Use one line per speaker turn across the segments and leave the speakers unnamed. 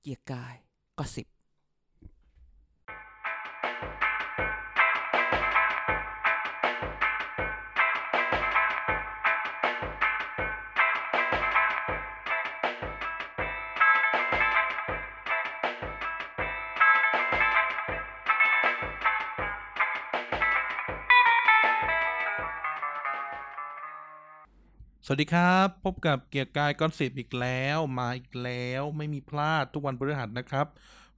เกียร์กายก็สิบ
สวัสดีครับ พบกับเกียร์กายก้อนสิบอีกแล้วมาอีกแล้วไม่มีพลาดทุกวันพฤหัสนะครับ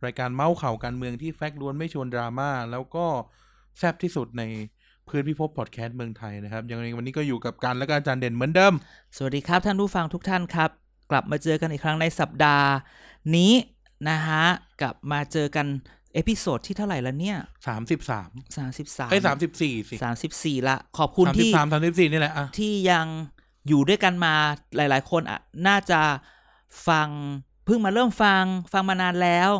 รายการเมาส์ข่าวการเมืองที่แฟกต์ล้วนไม่ชวนดราม่าแล้วก็แซบที่สุดในพื้นพิภพพอดแคสต์เมืองไทยนะครับยังไงวันนี้ก็อยู่กับการและก็อาจารย์เด่นเหมือนเดิม
สวัสดีครับท่านผู้ฟังทุกท่านครับ กลับมาเจอกันอีกครั้งในสัปดาห์ นี้นะฮะกลับมาเจอกันเอพิโซดที่เท่าไหร่แล้วเนี่ย
33
33
ไอ้ย34สิ
สามสิบสี่ละขอบคุณที่
33 34นี่แหละอ่ะ
ที่ยังอยู่ด้วยกันมาหลาย ๆ คนอ่ะน่าจะฟังเพิ่งมาเริ่มฟังฟังมานานแล้ว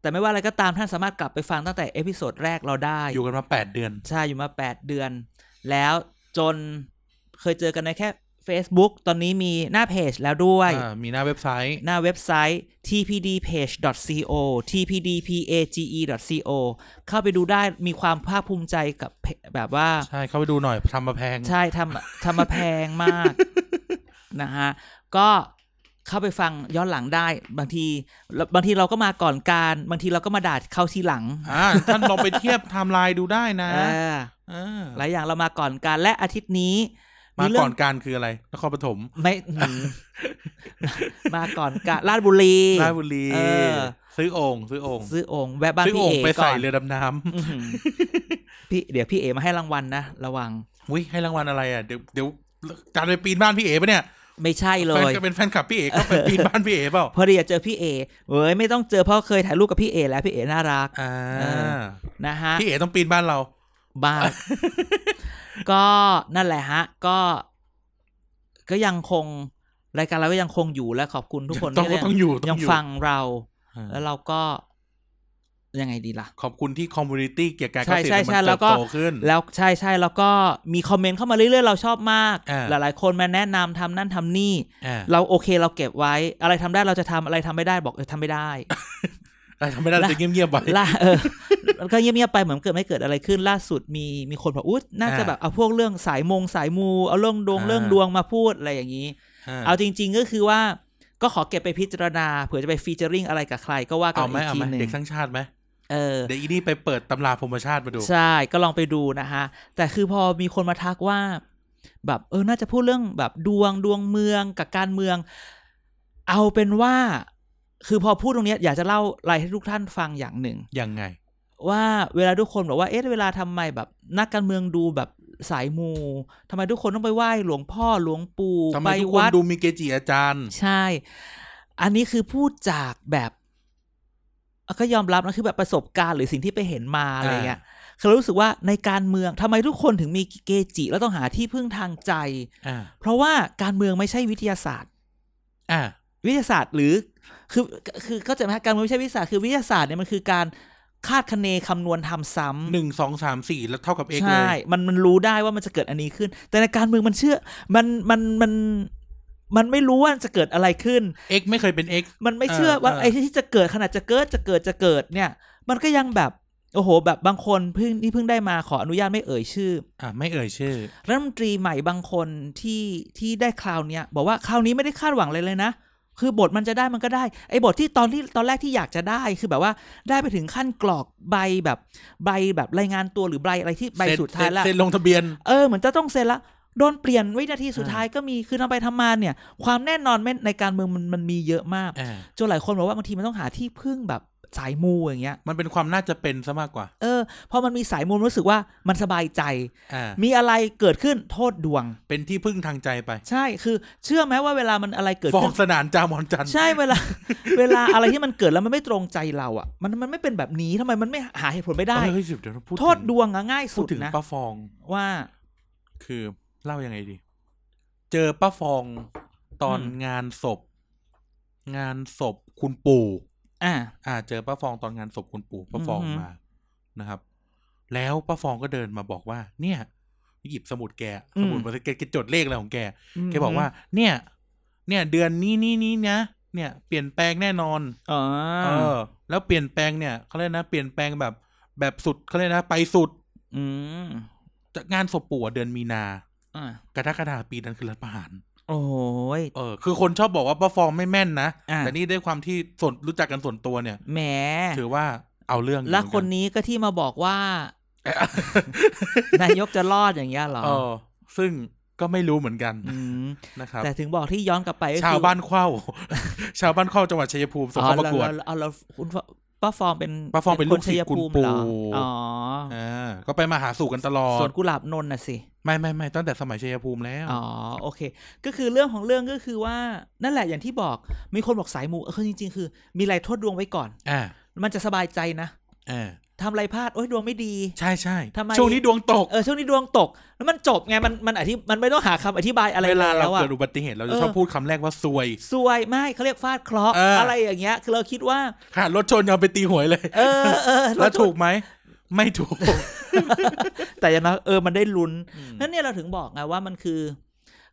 แต่ไม่ว่าอะไรก็ตามท่านสามารถกลับไปฟังตั้งแต่เอพิโซดแรกเราได้
อยู่กันมา 8 เดือน
ใช่อยู่มา 8 เดือน แล้วจนเคยเจอกันในแค่ Facebook ตอนนี้มีหน้าเพจแล้วด้วย
อ่ามีหน้าเว็บไซต์
หน้าเว็บไซต์ tpdpage.co tpdpage.co เข้าไปดูได้มีความภาคภูมิใจกับเพจแบบว่า
ใช่เข้าไปดูหน่อยทำมาแพง
ใช่ทำทำมาแพงมาก นะฮะ ก็เข้าไปฟังย้อนหลังได้ บางทีบางทีเราก็มาก่อนการ บางทีเราก็มาด่าเข้าทีหลัง
อ่าท่านลองไปเทียบไทม์ไลน์ดูได้ นะ
เออ
อ่า
หลายอย่างเรามาก่อนการและอาทิตย์นี้
มา
เรื่
ก่อนการคืออะไรนครปฐม
ไม่หืมมาก่อนการลาดบุรี
ราชบุรี
เออ
ซื้อโองซื้อโอง
ซื้อโองแวะบ้าน
ซื้อ
พี่
โอง
เอ
ไป
ก่
ใส่
อน
เรือดำน้
อื้อหือพี่เดี๋ยวพี่เอมาให้รางวัลนะ ระวัง
ำอุ้ยให้รางวัลอะไรอ่ะเดี๋ยวเดี๋ยวจานไปปีนบ้านพี่เอ๋ปะเนี่ย
ไม่ใช่เล
แฟน
ย
ก็เป็นแฟนคลับพี่เอ๋ก็ไปปีนบ้านพี่เอ๋เปล่า
พอดีอยากเจอพี่เอเว้ยไม่ต้องเจอเพราะเคยถ่ายรูปกับพี่เอแล้วพี่เอน่ารัก
อ่า
เออ นะฮะ
พี่เอ๋ต้องปีนบ้านเรา
บ้าง ก็นั่นแหละฮะ ก็ ก็ยังคงรายการเราก็ยังคงอยู่และขอบคุณทุกคน
ต้อง
ที่
ต้องอยู่ต้
ยั
อง
ง
อยู่
ฟังเรา
อ่า
แล้วเราก็ ยังไงดีล่ะ
ขอบคุณที่คอมมูนิตี้เกี่ยวกับการ
ใช่
เกษตร
ใช่
มัน
ใช่แล้
เติ
ว
บ
ก็
โตขึ้น
แล้วใช่ใช่แล้วก็มีคอมเมนต์เข้ามาเรื่อยๆ เราชอบมาก
อ่า
หลายๆ คนมาแนะนำทำนั่นทำนี่
อ่า
เราโอเคเราเก็บไว้ อะไรทำได้เราจะทำอะไรทำไม่ได้บอกเออทำไม่ได้
แต่ทำไม่ได้เราจะเงียบๆไป
ล่าเออมันก็เงียบๆไปเหมือนเกิดไม่เกิดอะไรขึ้นล่าสุดมีมีคนบอกอุ๊ยน่าจะ
อ่า
แบบเอาพวกเรื่องสายมงสายมู เอาเรื่องดวง
อ่า
เรื่องดวงมาพูดอะไรอย่างนี้ เอาจริง ๆ ก็คือว่าก็ขอเก็บไปพิจารณาเผื่อจะไปฟีเจอริงอะไรกับใครก็ว่ากัน
เอาไหม
อีก
เอา
ที
ไหม
หนึ่ง
เด็กทั้างชาติไหม
เออ
เดี๋ยวอีนี่ไปเปิดตำราพรหมชาติมาดู
ใช่ก็ลองไปดูนะฮะ แต่คือพอมีคนมาทักว่า แบบเออน่าจะพูดเรื่องแบบดวงดวงเมืองกับการเมือง เอาเป็นว่า คือพอพูดตรงเนี้ยอยากจะเล่าอะไรให้ทุกท่านฟังอย่างหนึ่ง
ยังไง
ว่าเวลาทุกคนบอกว่าเอ๊ะเวลาทำไมแบบนักการเมืองดูแบบสายมูทำไมทุกคนต้องไปไหว้หลวงพ่อหลวงปู่
ทำไม
ไป
ทุกคน
วัด
ดูมีเกจิอาจารย์
ใช่ อันนี้คือพูดจากแบบอ่ะก็ยอมรับนะคือแบบประสบการณ์หรือสิ่งที่ไปเห็นมาอะไรเงี้ยคือเรารู้สึกว่าในการเมืองทำไมทุกคนถึงมีเกจิ แล้วต้องหาที่พึ่งทางใจ
อ่า
เพราะว่าการเมืองไม่ใช่วิทยาศาสตร์
อ่า
วิทยาศาสตร์หรือคือคือเข้าใจไหมฮะการเมืองไม่ใช่วิทยาศาสตร์คือวิทยาศาสตร์เนี่ยมันคือการคาดคะเนคำนวณทำซ้ำ
หนึ่งสองสามสี่แล้วเท่ากับ x เล
ใช่
ย
มันมันรู้ได้ว่ามันจะเกิดอันนี้ขึ้น แต่ในการเมืองมันเชื่อ มันมันมันมันไม่รู้ว่าจะเกิดอะไรขึ้น
x ไม่เคยเป็น x
มันไม่เชื่อ
เออ
ว่า
เออ
ไอ้ที่จะเกิดขนาดจะเกิดจะเกิดจะเกิดเนี่ย มันก็ยังแบบโอ้โห แบบบางคนเพิ่งนี่เพิ่งได้มาขออนุญาตไม่เอ่ยชื่อ
อ่าไม่เอ่ยชื่อ
รัฐมนตรีใหม่บางคนที่ที่ได้คราวเนี้ยบอกว่าคราวนี้ไม่ได้คาดหวังเลยเลยนะ คือบทมันจะได้มันก็ได้ไอ้บทที่ตอนที่ตอนแรกที่อยากจะได้คือแบบว่าได้ไปถึงขั้นกรอกใบแบบใบแบบรายงานตัวหรือใบอะไรที่ใบ
เซ็น
สุดท้ายละ
เซ็นลงทะเบียน
เออเหมือนจะต้องเซ็นละโดนเปลี่ยนวินาทีสุดท้ายก็มีคือทำไปทำมาเนี่ย ความแน่นอนไม่ในการเมืองมันมันมีเยอะมาก
อ่า
จนหลายคนบอกว่าบางทีมันต้องหาที่พึ่งแบบสายมูอย่างเงี้ย
มันเป็นความน่าจะเป็นซะมากกว่า
เออพอมันมีสายมูรู้สึกว่ามันสบายใจ
อ่า
มีอะไรเกิดขึ้นโทษดวง
เป็นที่พึ่งทางใจไป
ใช่คือ เชื่อไหมว่าเวลามันอะไรเกิด
ฟ้อ
ขึ้
ง
น
สนานจามอนจันทร์
ใช่เวลา เวลาอะไรที่มันเกิดแล้วมันไม่ตรงใจเราอ่ะ มันมันไม่เป็นแบบนี้ทำไมมันไม่หาเหตุผลไม่ได้
เออเฮ้ยเดี๋ยวเราพูด
โทษ
ถึง
ดวงอะง่าย
พู
สุ
ด
ด
ถึง
นะ
ป้าฟอง
ว่า
คือเล่ายังไงดี เจอป้าฟองตอน
อืม
งานศพ งานศพคุณปู่
อ่า
อ่า เจอป้าฟองตอนงานศพคุณปู่ป้าฟอง
อือหือ
มานะครับ แล้วป้าฟองก็เดินมาบอกว่า เนี่ย หยิบสมุดแกสมุดมาแกแกจดเลขอะไรของแก แกบอกว่า เนี่ย เนี่ย เดือนนี้นี้นี้นะ เนี่ยเปลี่ยนแปลงแน่นอน
อ๋อ
เออ แล้วเปลี่ยนแปลงเนี่ยเขาเรียกนะเปลี่ยนแปลงแบบแบบสุดเขาเรียกนะไปสุด
อืม
จากงานศพปู่อะเดือนมีนา
อ่ะ
กรกฎาคมปีนั้นคือรัฐประหาร
โอ้ย
เออคือคนชอบบอกว่าประฟอร์มไม่แม่นนะ
อ่ะ
แต่นี่ด้วยความที่ส่วนรู้จักกันส่วนตัวเนี่ย
แหม
ถือว่าเอาเรื่องอยู่
และคน
เหมือ
นี้ก็ที่มาบอกว่า
นกัน
นายกจะรอดอย่างเงี้ยเหรอ
เออ ซึ่งก็ไม่รู้เหมือนกัน
ม
นะครับ
แต่ถึงบอกที่ย้อนกลับไปก็คือ
ชาวบ้านเข้า ชาวบ้านเข้าจังหวัดชัยภูมิส่ง
อ๋อ
เข้าประกวด
เราเราเอาเราคุณป้าฟอร์มเป็น
ป้าฟอร์มเป็น
ค
ลูกศิษย์
ชัยภูมิ
คุณปู่
เหรออ๋ออ
อ่าก็ไปมาหาสู่กันตลอ
สว
ด
นกุหลาบนนท์น่ะสิ
ไม่ไม่ไม่ตั้งแต่สมัยชัยภูมิแล้ว
อ๋อโอเค ก็คือเรื่องของเรื่องก็คือว่านั่นแหละอย่างที่บอกมีคนบอกสายมูเออจริงๆ คือ มีอะไรโทษดวงไว้ก่อน
อ่า
มันจะสบายใจนะ
อ่า
ทำอะไรพลาดโอ้ยดวงไม่ดี
ใช่ใช่
ทำไม
ช่วงนี้ดวงตก
เออช่วงนี้ดวงตก แล้วมันจบไงมันมันอธิมันไม่ต้องหาคำอธิบายอะไร
เวลาเรา
แวอะ
เกิดอุบัติเหตุเรา
เอ
จะ
อ
ชอบพูดคำแรกว่าซวย
ซวยไม่เขาเรียกฟาดเคราะห์
เอออ
อะไรอย่างเงี้ย คือเราคิดว่า
ขนาดรถชนยังเอาไปตีหวยเลย
เออเออ
แล้วถูกไหม ไม่ถูก
แต่อย่างน้อยเออมันได้ลุ้นนั่นเนี่ยเราถึงบอกไงว่ามันคือ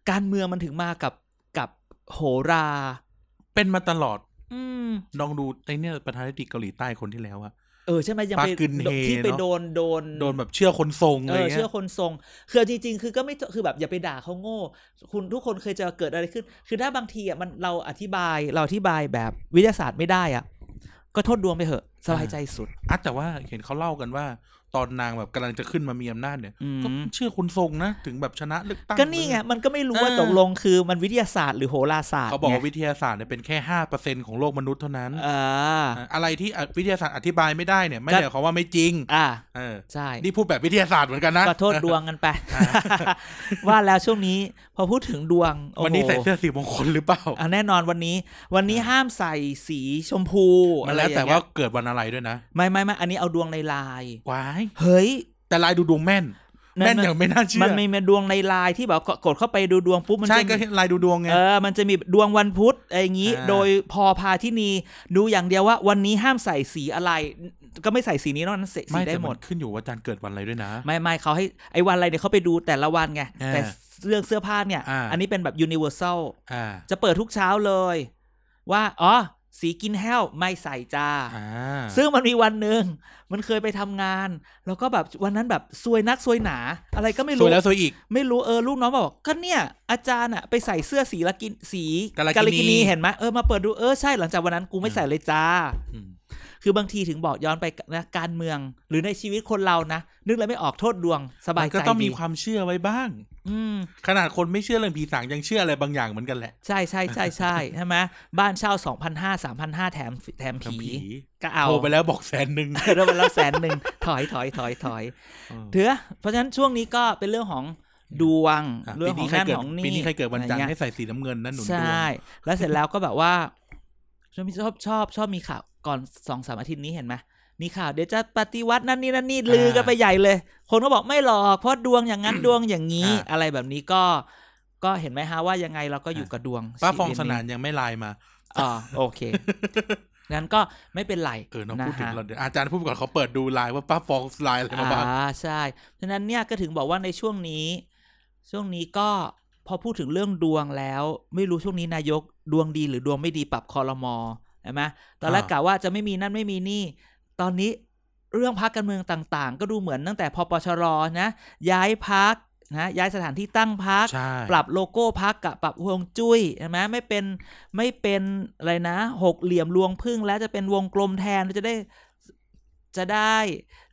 การเมืองมันถึงมากับกับโหรา
เป็นมาตลอด
อืม
ลองดูไอเนี่ยประธานาธิบดีเกาหลีใต้คนที่แล้วอะ
เออใช่ไหมยัง
ปา
ไป
กึนเฮ
ที่ไป
เนอะ
โดนโดน
โดนแบบเชื่อคนทรงอะ
เอ
ไร
อ
เงี้
เชื่อย คนทรงคือเอาจริง ๆ คือก็ไม่คือแบบอย่าไปด่าเขาโง่ คุณทุกคนเคยเจอเกิดอะไรขึ้น คือถ้าบางทีอ่ะมันเราอธิบายเราอธิบายแบบวิทยาศาสตร์ไม่ได้อ่ะ ก็โทษดวงไปเหอะสบายใจสุด
อ่ะแต่ว่าเห็นเขาเล่ากันว่า ตอนนางแบบกำลังจะขึ้นมามีอำนาจเนี่ย
อืม
ก็เชื่อคนทรงนะ ถึงแบบชนะเลือกตั้ง
ก็นี่ไงมันก็ไม่รู้ว่าตกลงคือมันวิทยาศาสตร์หรือโหราศาสตร์
เขาบอกว่า
ไง
วิทยาศาสตร์เนี่ยเป็นแค่ห้าเปอร์เซ็นของโลกมนุษย์เท่านั้น
อ่า
อ่ะอะไรที่อ่ะวิทยาศาสตร์อธิบายไม่ได้เนี่ย ไม่ได้หมายความว่าไม่จริง
อ่า
เออ
ใช่
นี่พูดแบบวิทยาศาสตร์เหมือนกันนะ
ก็โทษดวงกันไป ว่าแล้วช่วงนี้พอพูดถึงดวงโอ้โห
วันนี้ใส่เสื้อสีมงคลหรือเปล่า
อ่ะแน่นอนวันนี้ วันนี้ห้ามใส่สีชมพู
มัน
อะไร
แล้ว
อย่
แต่
ง
ว่า
เงี้ย
เกิดวันอะไรด้วยนะ
ไม่ไม่ไม่อันนี้เอาดวงในลาย
วาย
เฮ้ย
แต่ลายดูดวงแม่น
นั่น
แม่น
มัน
อย่างไม่น่าเชื่อ
มันมีมาดวงในไลน์ที่แบบกดเข้าไปดูดวงปุ๊บมัน
ใช่
จะ
ก็
มี
ลายดูดวงไง
เออมันจะมีดวงวันพุธอะไรอย่างนี้
อ่า
โดยพอพาที่นีดูอย่างเดียวว่า วันนี้ห้ามใส่สีอะไร ก็ไม่ใส่สีนี้นอกนั้นใส่สี
ไม่
ได้
แต่
หม
มั
ด
นขึ้นอยู่ว่าอาจารย์เกิดวันอะไรด้วยนะ
ไม่ไม่เขาให้ไอ้วันอะไรเดี๋ยวเขาไปดูแต่ละวันไง
อ่า
แต่เรื่องเสื้อผ้าเนี่ย
อ่า
นนี้เป็นแบบ universal
อ่า
จะเปิดทุกเช้าเลย ว่าอ๋อสีกินแห้วไม่ใส่จ้า
อ่า
ซึ่งมันมีวันหนึ่งมันเคยไปทำงาน แล้วก็แบบวันนั้นแบบซวยนักซวยหนา อะไรก็ไม่
สว
รู้
ยแล้วสวยอีก
ไม่รู้เออลูกน้องบอกก็เนี่ย อาจารย์อะไปใส่เสื้อสีละกินสี
กาลากินี
กินีเห็นไหมเออมาเปิดดูเออใช่หลังจากวันนั้นกูไม่ใส่เลยจ้า
อืม
คือบางทีถึงบอกย้อนไปนะการเมือง หรือในชีวิตคนเรานะ นึกแล้วไม่ออกโทษดวงสบาย
มันก็
ใจ
ต้องมี
ดี
ความเชื่อไว้บ้าง
อืม
ขนาดคนไม่เชื่อเรื่องผีสางยังเชื่ออะไรบางอย่างเหมือนกันแหละ
ใช่ใช่ใช่ใช่ ใช่ไหมบ้านเช่าสองพันห้าสามพันห้าแถมแถม
ทำ
ผี
ผี
ก็เอา
โทรไปแล้วบอกแสนหนึ่ง
เราไปแล้วแสนหนึ่ง ถอยถอยถอยถอยเถอะเพราะฉะนั้นช่วงนี้ก็เป็นเรื่องของดวง
อ่ะ
เรื่
ปี
องของ
นี้ใคร
นั่น
เกิด
ของนี่
ปีนี้ใครเกิดวันจันท
อะไอย่าง
ร์ให้
เงี้ย
ใส่สีน้ำเงินนั่นหนุนด
ใช
วง่
แล้วเสร็จแล้วก็แบบว่าชอบชอบชอบชอบมีข่าวก่อนสองสามอาทิตย์นี้เห็นไหมมีข่าวเดี๋ยวจะปฏิวัตินั่นนี่นั่นนี่ลือกันไปใหญ่เลย คนก็บอกไม่หรอกเพราะดวงอย่างนั้น ดวงอย่างนี้ อะไรแบบนี้ก็ ก็เห็นไหมฮะว่ายังไงเราก็อยู่กับดวง
ป้าฟองสนาน
ชีวิต
ยังไม่ไลน์มา
อ๋อโอเคงั้นก็ไม่เป็นไร
เออน้องพูดถึง
ฮะ
เราเดี๋ยวอาจารย์พูดก่อนเขาเปิดดูไลน์ว่าป้าฟองไลน์อะไรมาบ้าง
อ่าใช่ฉะนั้นเนี่ยก็ถึงบอกว่าในช่วงนี้ ช่วงนี้ก็พอพูดถึงเรื่องดวงแล้ว ไม่รู้ช่วงนี้นายกดวงดีหรือดวงไม่ดีปรับคอรมอใช่ไหมตอนแรก
อ่าก
กะว่าจะไม่มีนั่นไม่มีนี่ ตอนนี้เรื่องพักการเมืองต่างๆ ก็ดูเหมือนตั้งแต่พปชรนะ ย้ายพักนะย้ายสถานที่ตั้งพัก
ใช่
ปรับโลโก้พักกับปรับฮวงจุ้ยใช่ไหมไม่เป็นไม่เป็นอะไรนะ หกเหลี่ยมรวงพึ่งแล้วจะเป็นวงกลมแทนจะได้จะได้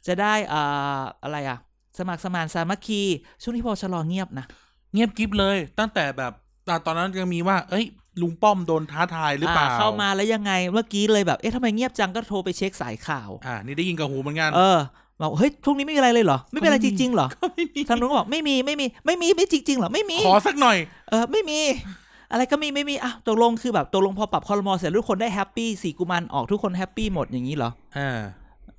จะได้อ่าอะไรอ่ะ สมัครสมานสามัคคี ช่วงที่พอชะลอเงียบนะ
เงียบกริบเลย ตั้งแต่แบบอ่ะตอนนั้นยังมีว่า เอ้ย ลุงป้อมโดนท้าทายหรือเปล่า
เข้ามาแล้วยังไงเมื่อกี้เลยแบบ เอ๊ะทำไมเงียบจังก็โทรไปเช็คสายข่าว
อ่านี่ได้ยินกับหูเหมือนกัน
เออบอกเฮ้ยช่วงนี้ไม่มีอะไรเลยเหรอ ไม่เป็นอะไร
ก็
จ
ไม่มี
ริงๆเหรอ
ก็ไม่มี
ทางนู้นก็บอกไม่มีไม่มีไม่มีไม่จริงๆเหรอไม่มี
ขอสักหน่อย
เออไม่มี อะไรก็มีไม่มีอ่ะตกลงคือแบบตกลงพอปรับคอรมอเสร็จทุกคนได้แฮปปี้สี่กุมารออกทุกคนแฮปปี้หมดอย่างนี้เหรอ
อ่า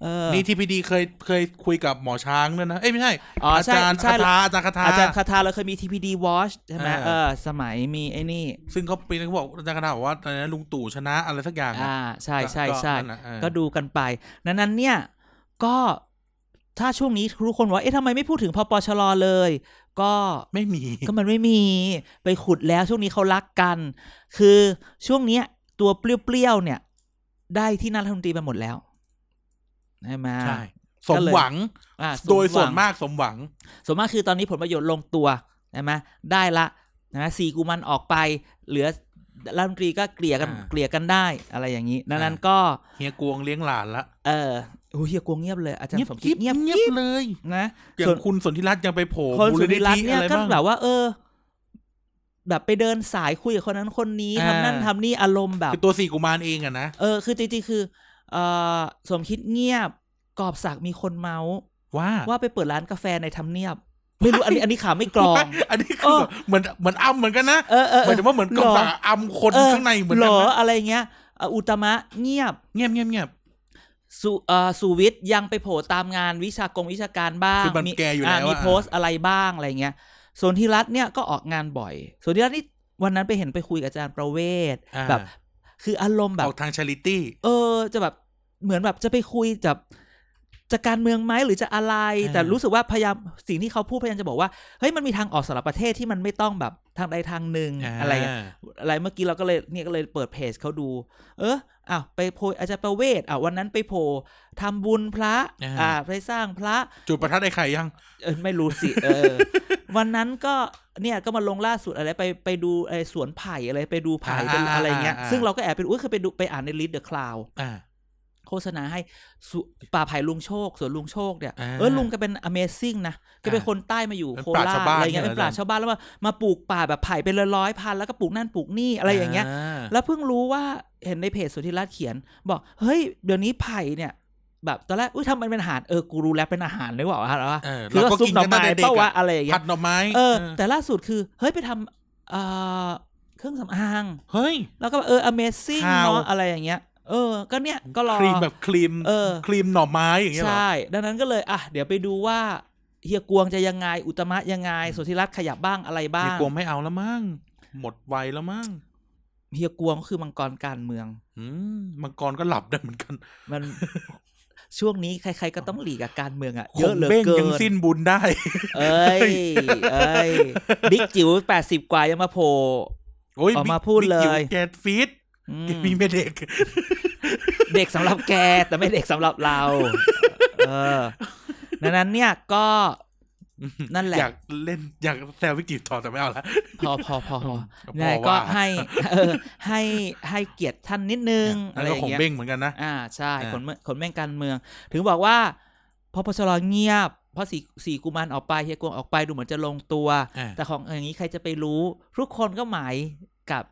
เออ
นี่ทีพีดีเคยเคยคุยกับหมอช้างด้วยนะ เอ้ยไม่ใช่
อ๋อ
อา
ใช่
จารย์
ใช่
คาถาอาจารย์คาถา
อาจารย์คาทาเราเคยมี TPD Watch ใช่ไหม
อ่า
เออ สมัยมีไอ้นี่
ซึ่งเขาปีนั้นเขาบอกอาจารย์คาถาบอกว่าตอนนั้นลุงตู่ชนะอะไรสักอย่าง
อ่า
นะ
ใช่ใช่
ก็
ใช่
นั่นน่ะเออ
ก็ดูกันไป นั้นนั้นเนี่ย ก็ถ้าช่วงนี้ทุกคนว่าเอ๊ะทำไมไม่พูดถึงพปชรเลย ก็
ไม่มี
ก็มันไม่มีไปขุดแล้วช่วงนี้เขารักกัน คือช่วงเนี้ย ตัวเปรี้ยวๆเนี่ย ได้ที่นายรัฐมนตรีไปหมดแล้วใช่ไหม
ใช่ส
ก็
ม
เลย
หวัง
อ่า
โดย
ห
ส่
วั
ว
ง
นมากสมหวัง
ส่วนมากคือตอนนี้ผลประโยชน์ลงตัวใช่ไหมได้ละนะสี่กุมันออกไป เหลือรัฐมนตรีก็เกลี่ยกัน
อ่า
เกลี่ยกันได้ อะไรอย่างนี้ดังนั้น
อ่า
ก็
เฮียกวงเลี้ยงหลานละ
เออโอ้ยเฮียกวงเงียบเลย อาจารย์สม
ยิ
คิดเงียบ
เงียบเลย
นะ
อย่า
ส่ว
ง
น
คุณสนธิรัตน์ยังไปโผล่
คน
มูล
สุ
นิ
ริรัต
ธิ
น์เนี่ย
อะไร
ก็
บ้าง
แบบว่า เออ แบบไปเดินสายคุยกับคนนั้นคนนี้
อ่า
ทำนั่นทำนี่อารมณ์แบบ
คือตัวสี่กุมารเองอะนะ
เออ คือจริงๆคือเออสมคิดเงียบ กอบศักดิ์มีคนเมาส์
ว่า
ว่าไปเปิดร้านกาแฟในทำเนียบ ไม่รู้อันนี้อันนี้ข่าวไม่กรอง
อันนี้คือ
เออ
เหมือนเหมือนอ้ำเหมือนกันนะ
เออเออ
เห
เอ
มื
อ
อนว่าเหมือนกับ
หรอ
สาอ้ำคนข้างในเหมือน
เหร
กัน
อ
นะ
อะไรเงี้ยเอ่ออุตมะเงียบ
เงียบเงียบเงียบ
สุเอ่อสุวิทย์ยังไปโผล่ตามงานวิชากงวิชาการบ้าง
คือมันแกอยู่แล้ว
มี
อะ
โพสต์อะไรบ้างอะไรเงี้ยส่วนทีรัตน์เนี่ยก็ออกงานบ่อย ส่วนทีรัตน์นี่วันนั้นไปเห็นไปคุยกับอาจารย์ประเวศ
อ่า
แบบ คืออารมณ์แบ
อบ อกทางชาริตี้
เออจะแบบเหมือนแบบจะไปคุยกับจะการเมืองไหมหรือจะอะไร
า
แต่รู้สึกว่าพยายามสิ่งที่เขาพูดพยายามจะบอกว่าเฮ้ยมันมีทางออกสำหรับประเทศที่มันไม่ต้องแบบทางใดทางหนึ่งอะไรอย่างเงี้ย อะไรเมื่อกี้เราก็เลยเนี่ยก็เลยเปิดเพจเขาดู เอออ้าวไปโพยอาจารย์ประเวศอ่ะวันนั้นไปโพทำบุญพระ
อ่า
อ่าไปสร้างพระ
จุดประทัดไอ้ไข่ยัง
เออไม่รู้สิเออ วันนั้นก็เนี่ยก็มาลงล่าสุดอะไรไปไปดูไอ้สวนไผ่อะไรไปดูไผ่เป็น
อ่า
อะไรเงี้ย
อ่าอ่า
ซึ่งเราก็แอบไปดูอุ้ยเคยไปดูไปอ่านในลิสเดอะคลาว
อ่า
โฆษณาให้สุป่าไผ่ลุงโชคสวนลุงโชคเนี่ย
อ่า
เออลุงก็เป็น Amazing นะก็เป็น
อ่า
คนใต้มาอยู่
เป็น
โค
ปราช
ราช
ญ์ชาวบ้าน
อะไรเงี้ย
เนี่
เป็
ย
นปราชญ์
เหรอ
ชาวบ้านแล้วมามาปลูกป่าแบบไผ่เป็นร้อยๆพันแล้วก็ปลูกนั่นปลูกนี่อะไรอย่างเงี้ย แล้วเพิ่งรู้ว่าเห็นในเพจสุทธิรัตน์เขียน บอกเฮ้ยเดี๋ยวนี้ไผ่เนี่ย แบบตอนแรกอุ้ยทำมันเป็นอาหารเออกูรู้แล้วเป็นอาหารหรือเปล่าวะอะไรวะ
เออ
หรือ
เราก็
ว่าซุป
กิน
หน่อ
กันตั้
ไม้
งแต่เด็ก
เป้า
อะ
วะอะไรอย่าง
ผั
เงี้
ด
ย
หน่อไม้
เออ
เออ
แต่ล่าสุดคือเฮ้ยไปทำเอ่อเครื่องสำอาง
เฮ้ย
แล้วก็แบบเออ amazing
ข่าว
เนาะอะไรอย่างเงี้ย เออ ก็เนี่ยก็รอ
ครีมแบบครีม
เออ
ครีมหน่อไม้อย่างเงี้ยเหรอ
ใช่ ดังนั้นก็เลยอ่ะเดี๋ยวไปดูว่าเฮียกวงจะยังไง อุตมะยังไงสุทธิรัตน์ขยับบ้างอะไรบ้า
เฮีย
ง
กวงไม่เอาแล้วมั้งหมดวัยแล้วมั้ง
เฮียกวงก็คือมังกรการเมือง
อืมมังกรก็หลับได้เหมือนกัน
มัน ช่วงนี้ใครๆก็ต้องหลีกกับการเมืองอะ
ค
เยอะ
ง
เหลือ
เบ้ง
เกิ
ยังสิ้
น
นบุญได้
เอ้ ยเอ้ยบิ๊กจิ๋วแปดสิบกว่ายังมาโผล่
โอ้ย
ออก
บิ๊
มาพูด
บิ๊กจิ๋ว
เลย
แกฟีด
อืม
แกมีไม่เด็ก
เด็กสำหรับแก แต่ไม่เด็กสำหรับเรา เออดังนั้นเนี่ยก็นั่นแหละ
อยากเล่นอยากแซววิกิทอแต่ไม่เอาละ
พอพอพอพอ
ก็พอ
ยังไงก็
ว่า
ให้ เออให้ให้เกียรติท่านนิดนึง
อั
อะ
น
ไร
นั้น
อย่า
ก็ข
ง
อง
เงี้ย
เบ้งเหมือนกันนะ
อ่าใช่
อ่า
ขนเมืองขนแม่งการเมือง ถึงบอกว่าพอพชรเงียบเพราะสีสีกุมารออกไปเฮียกวงออกไปดูเหมือนจะลงตัว
อ่า
แต่ของอย่างนี้ใครจะไปรู้ ทุกคนก็หมายกับ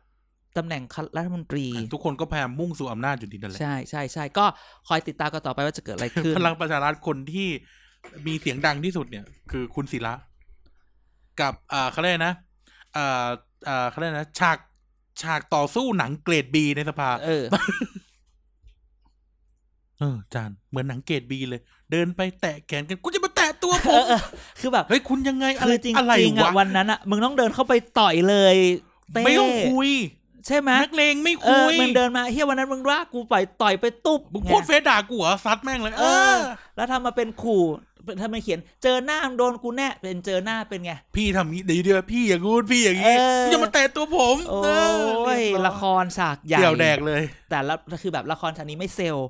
ตำแหน่งรัฐมนตรี
ทุกคนก็พยายามมุ่งสู่อำนาจอยู่ดีนั่นแหละ
ใช่ใช่ใช่ก็คอยติดตามกันต่อไปว่าจะเกิดอะไรขึ้น
พลังประชารัฐคนที่มีเสียงดังที่สุดเนี่ย คือคุณศิระกับอ่าเขาเรียกนะอ่าอ่าเขาเรียกนะฉากฉากต่อสู้หนังเกรดบีในสภา
เออ
เออจานเหมือนหนังเกรดบีเลย เดินไปแตะแขนกันกูจะมาแตะตัวผ
เอ
ม
อเออคือแบบ
เฮ้ยคุณยังไงอะ
คื
ไร
อจริง
อะไร
จริงอะ
วะ
วันนั้นอะมึงต้องเดินเข้าไปต่อยเลยเต้
ไม่ต้องคุย
ใช่ไหม
นักเลงไม่
เอ
คุ
อย มึงเดินมาเฮียวันนั้นมึงว่ากูปล่อยต่อยไปตุ๊บ
มึง
ไง
โพสต์เฟซด่ากูเหรอซัดแม่งเลย เอ
เอ
อ
อ แล้วทำมาเป็นขู่เป็นทำมาเขียน เจอหน้าโดนกูแน่ เป็นเจอหน้าเป็นไง
พี่ทำงี้เดี๋ยวเดี๋ยวพี่อย่างงู้นพี่อย่างงี้
เออ
อย่ามาแตะตัวผม
โอ้
เ
ย
เรีบร้อ
ละครฉากใหญ่
เดี่ยวแดกเลย
แต่ละคือแบบละครฉากนี้ไม่เซลล์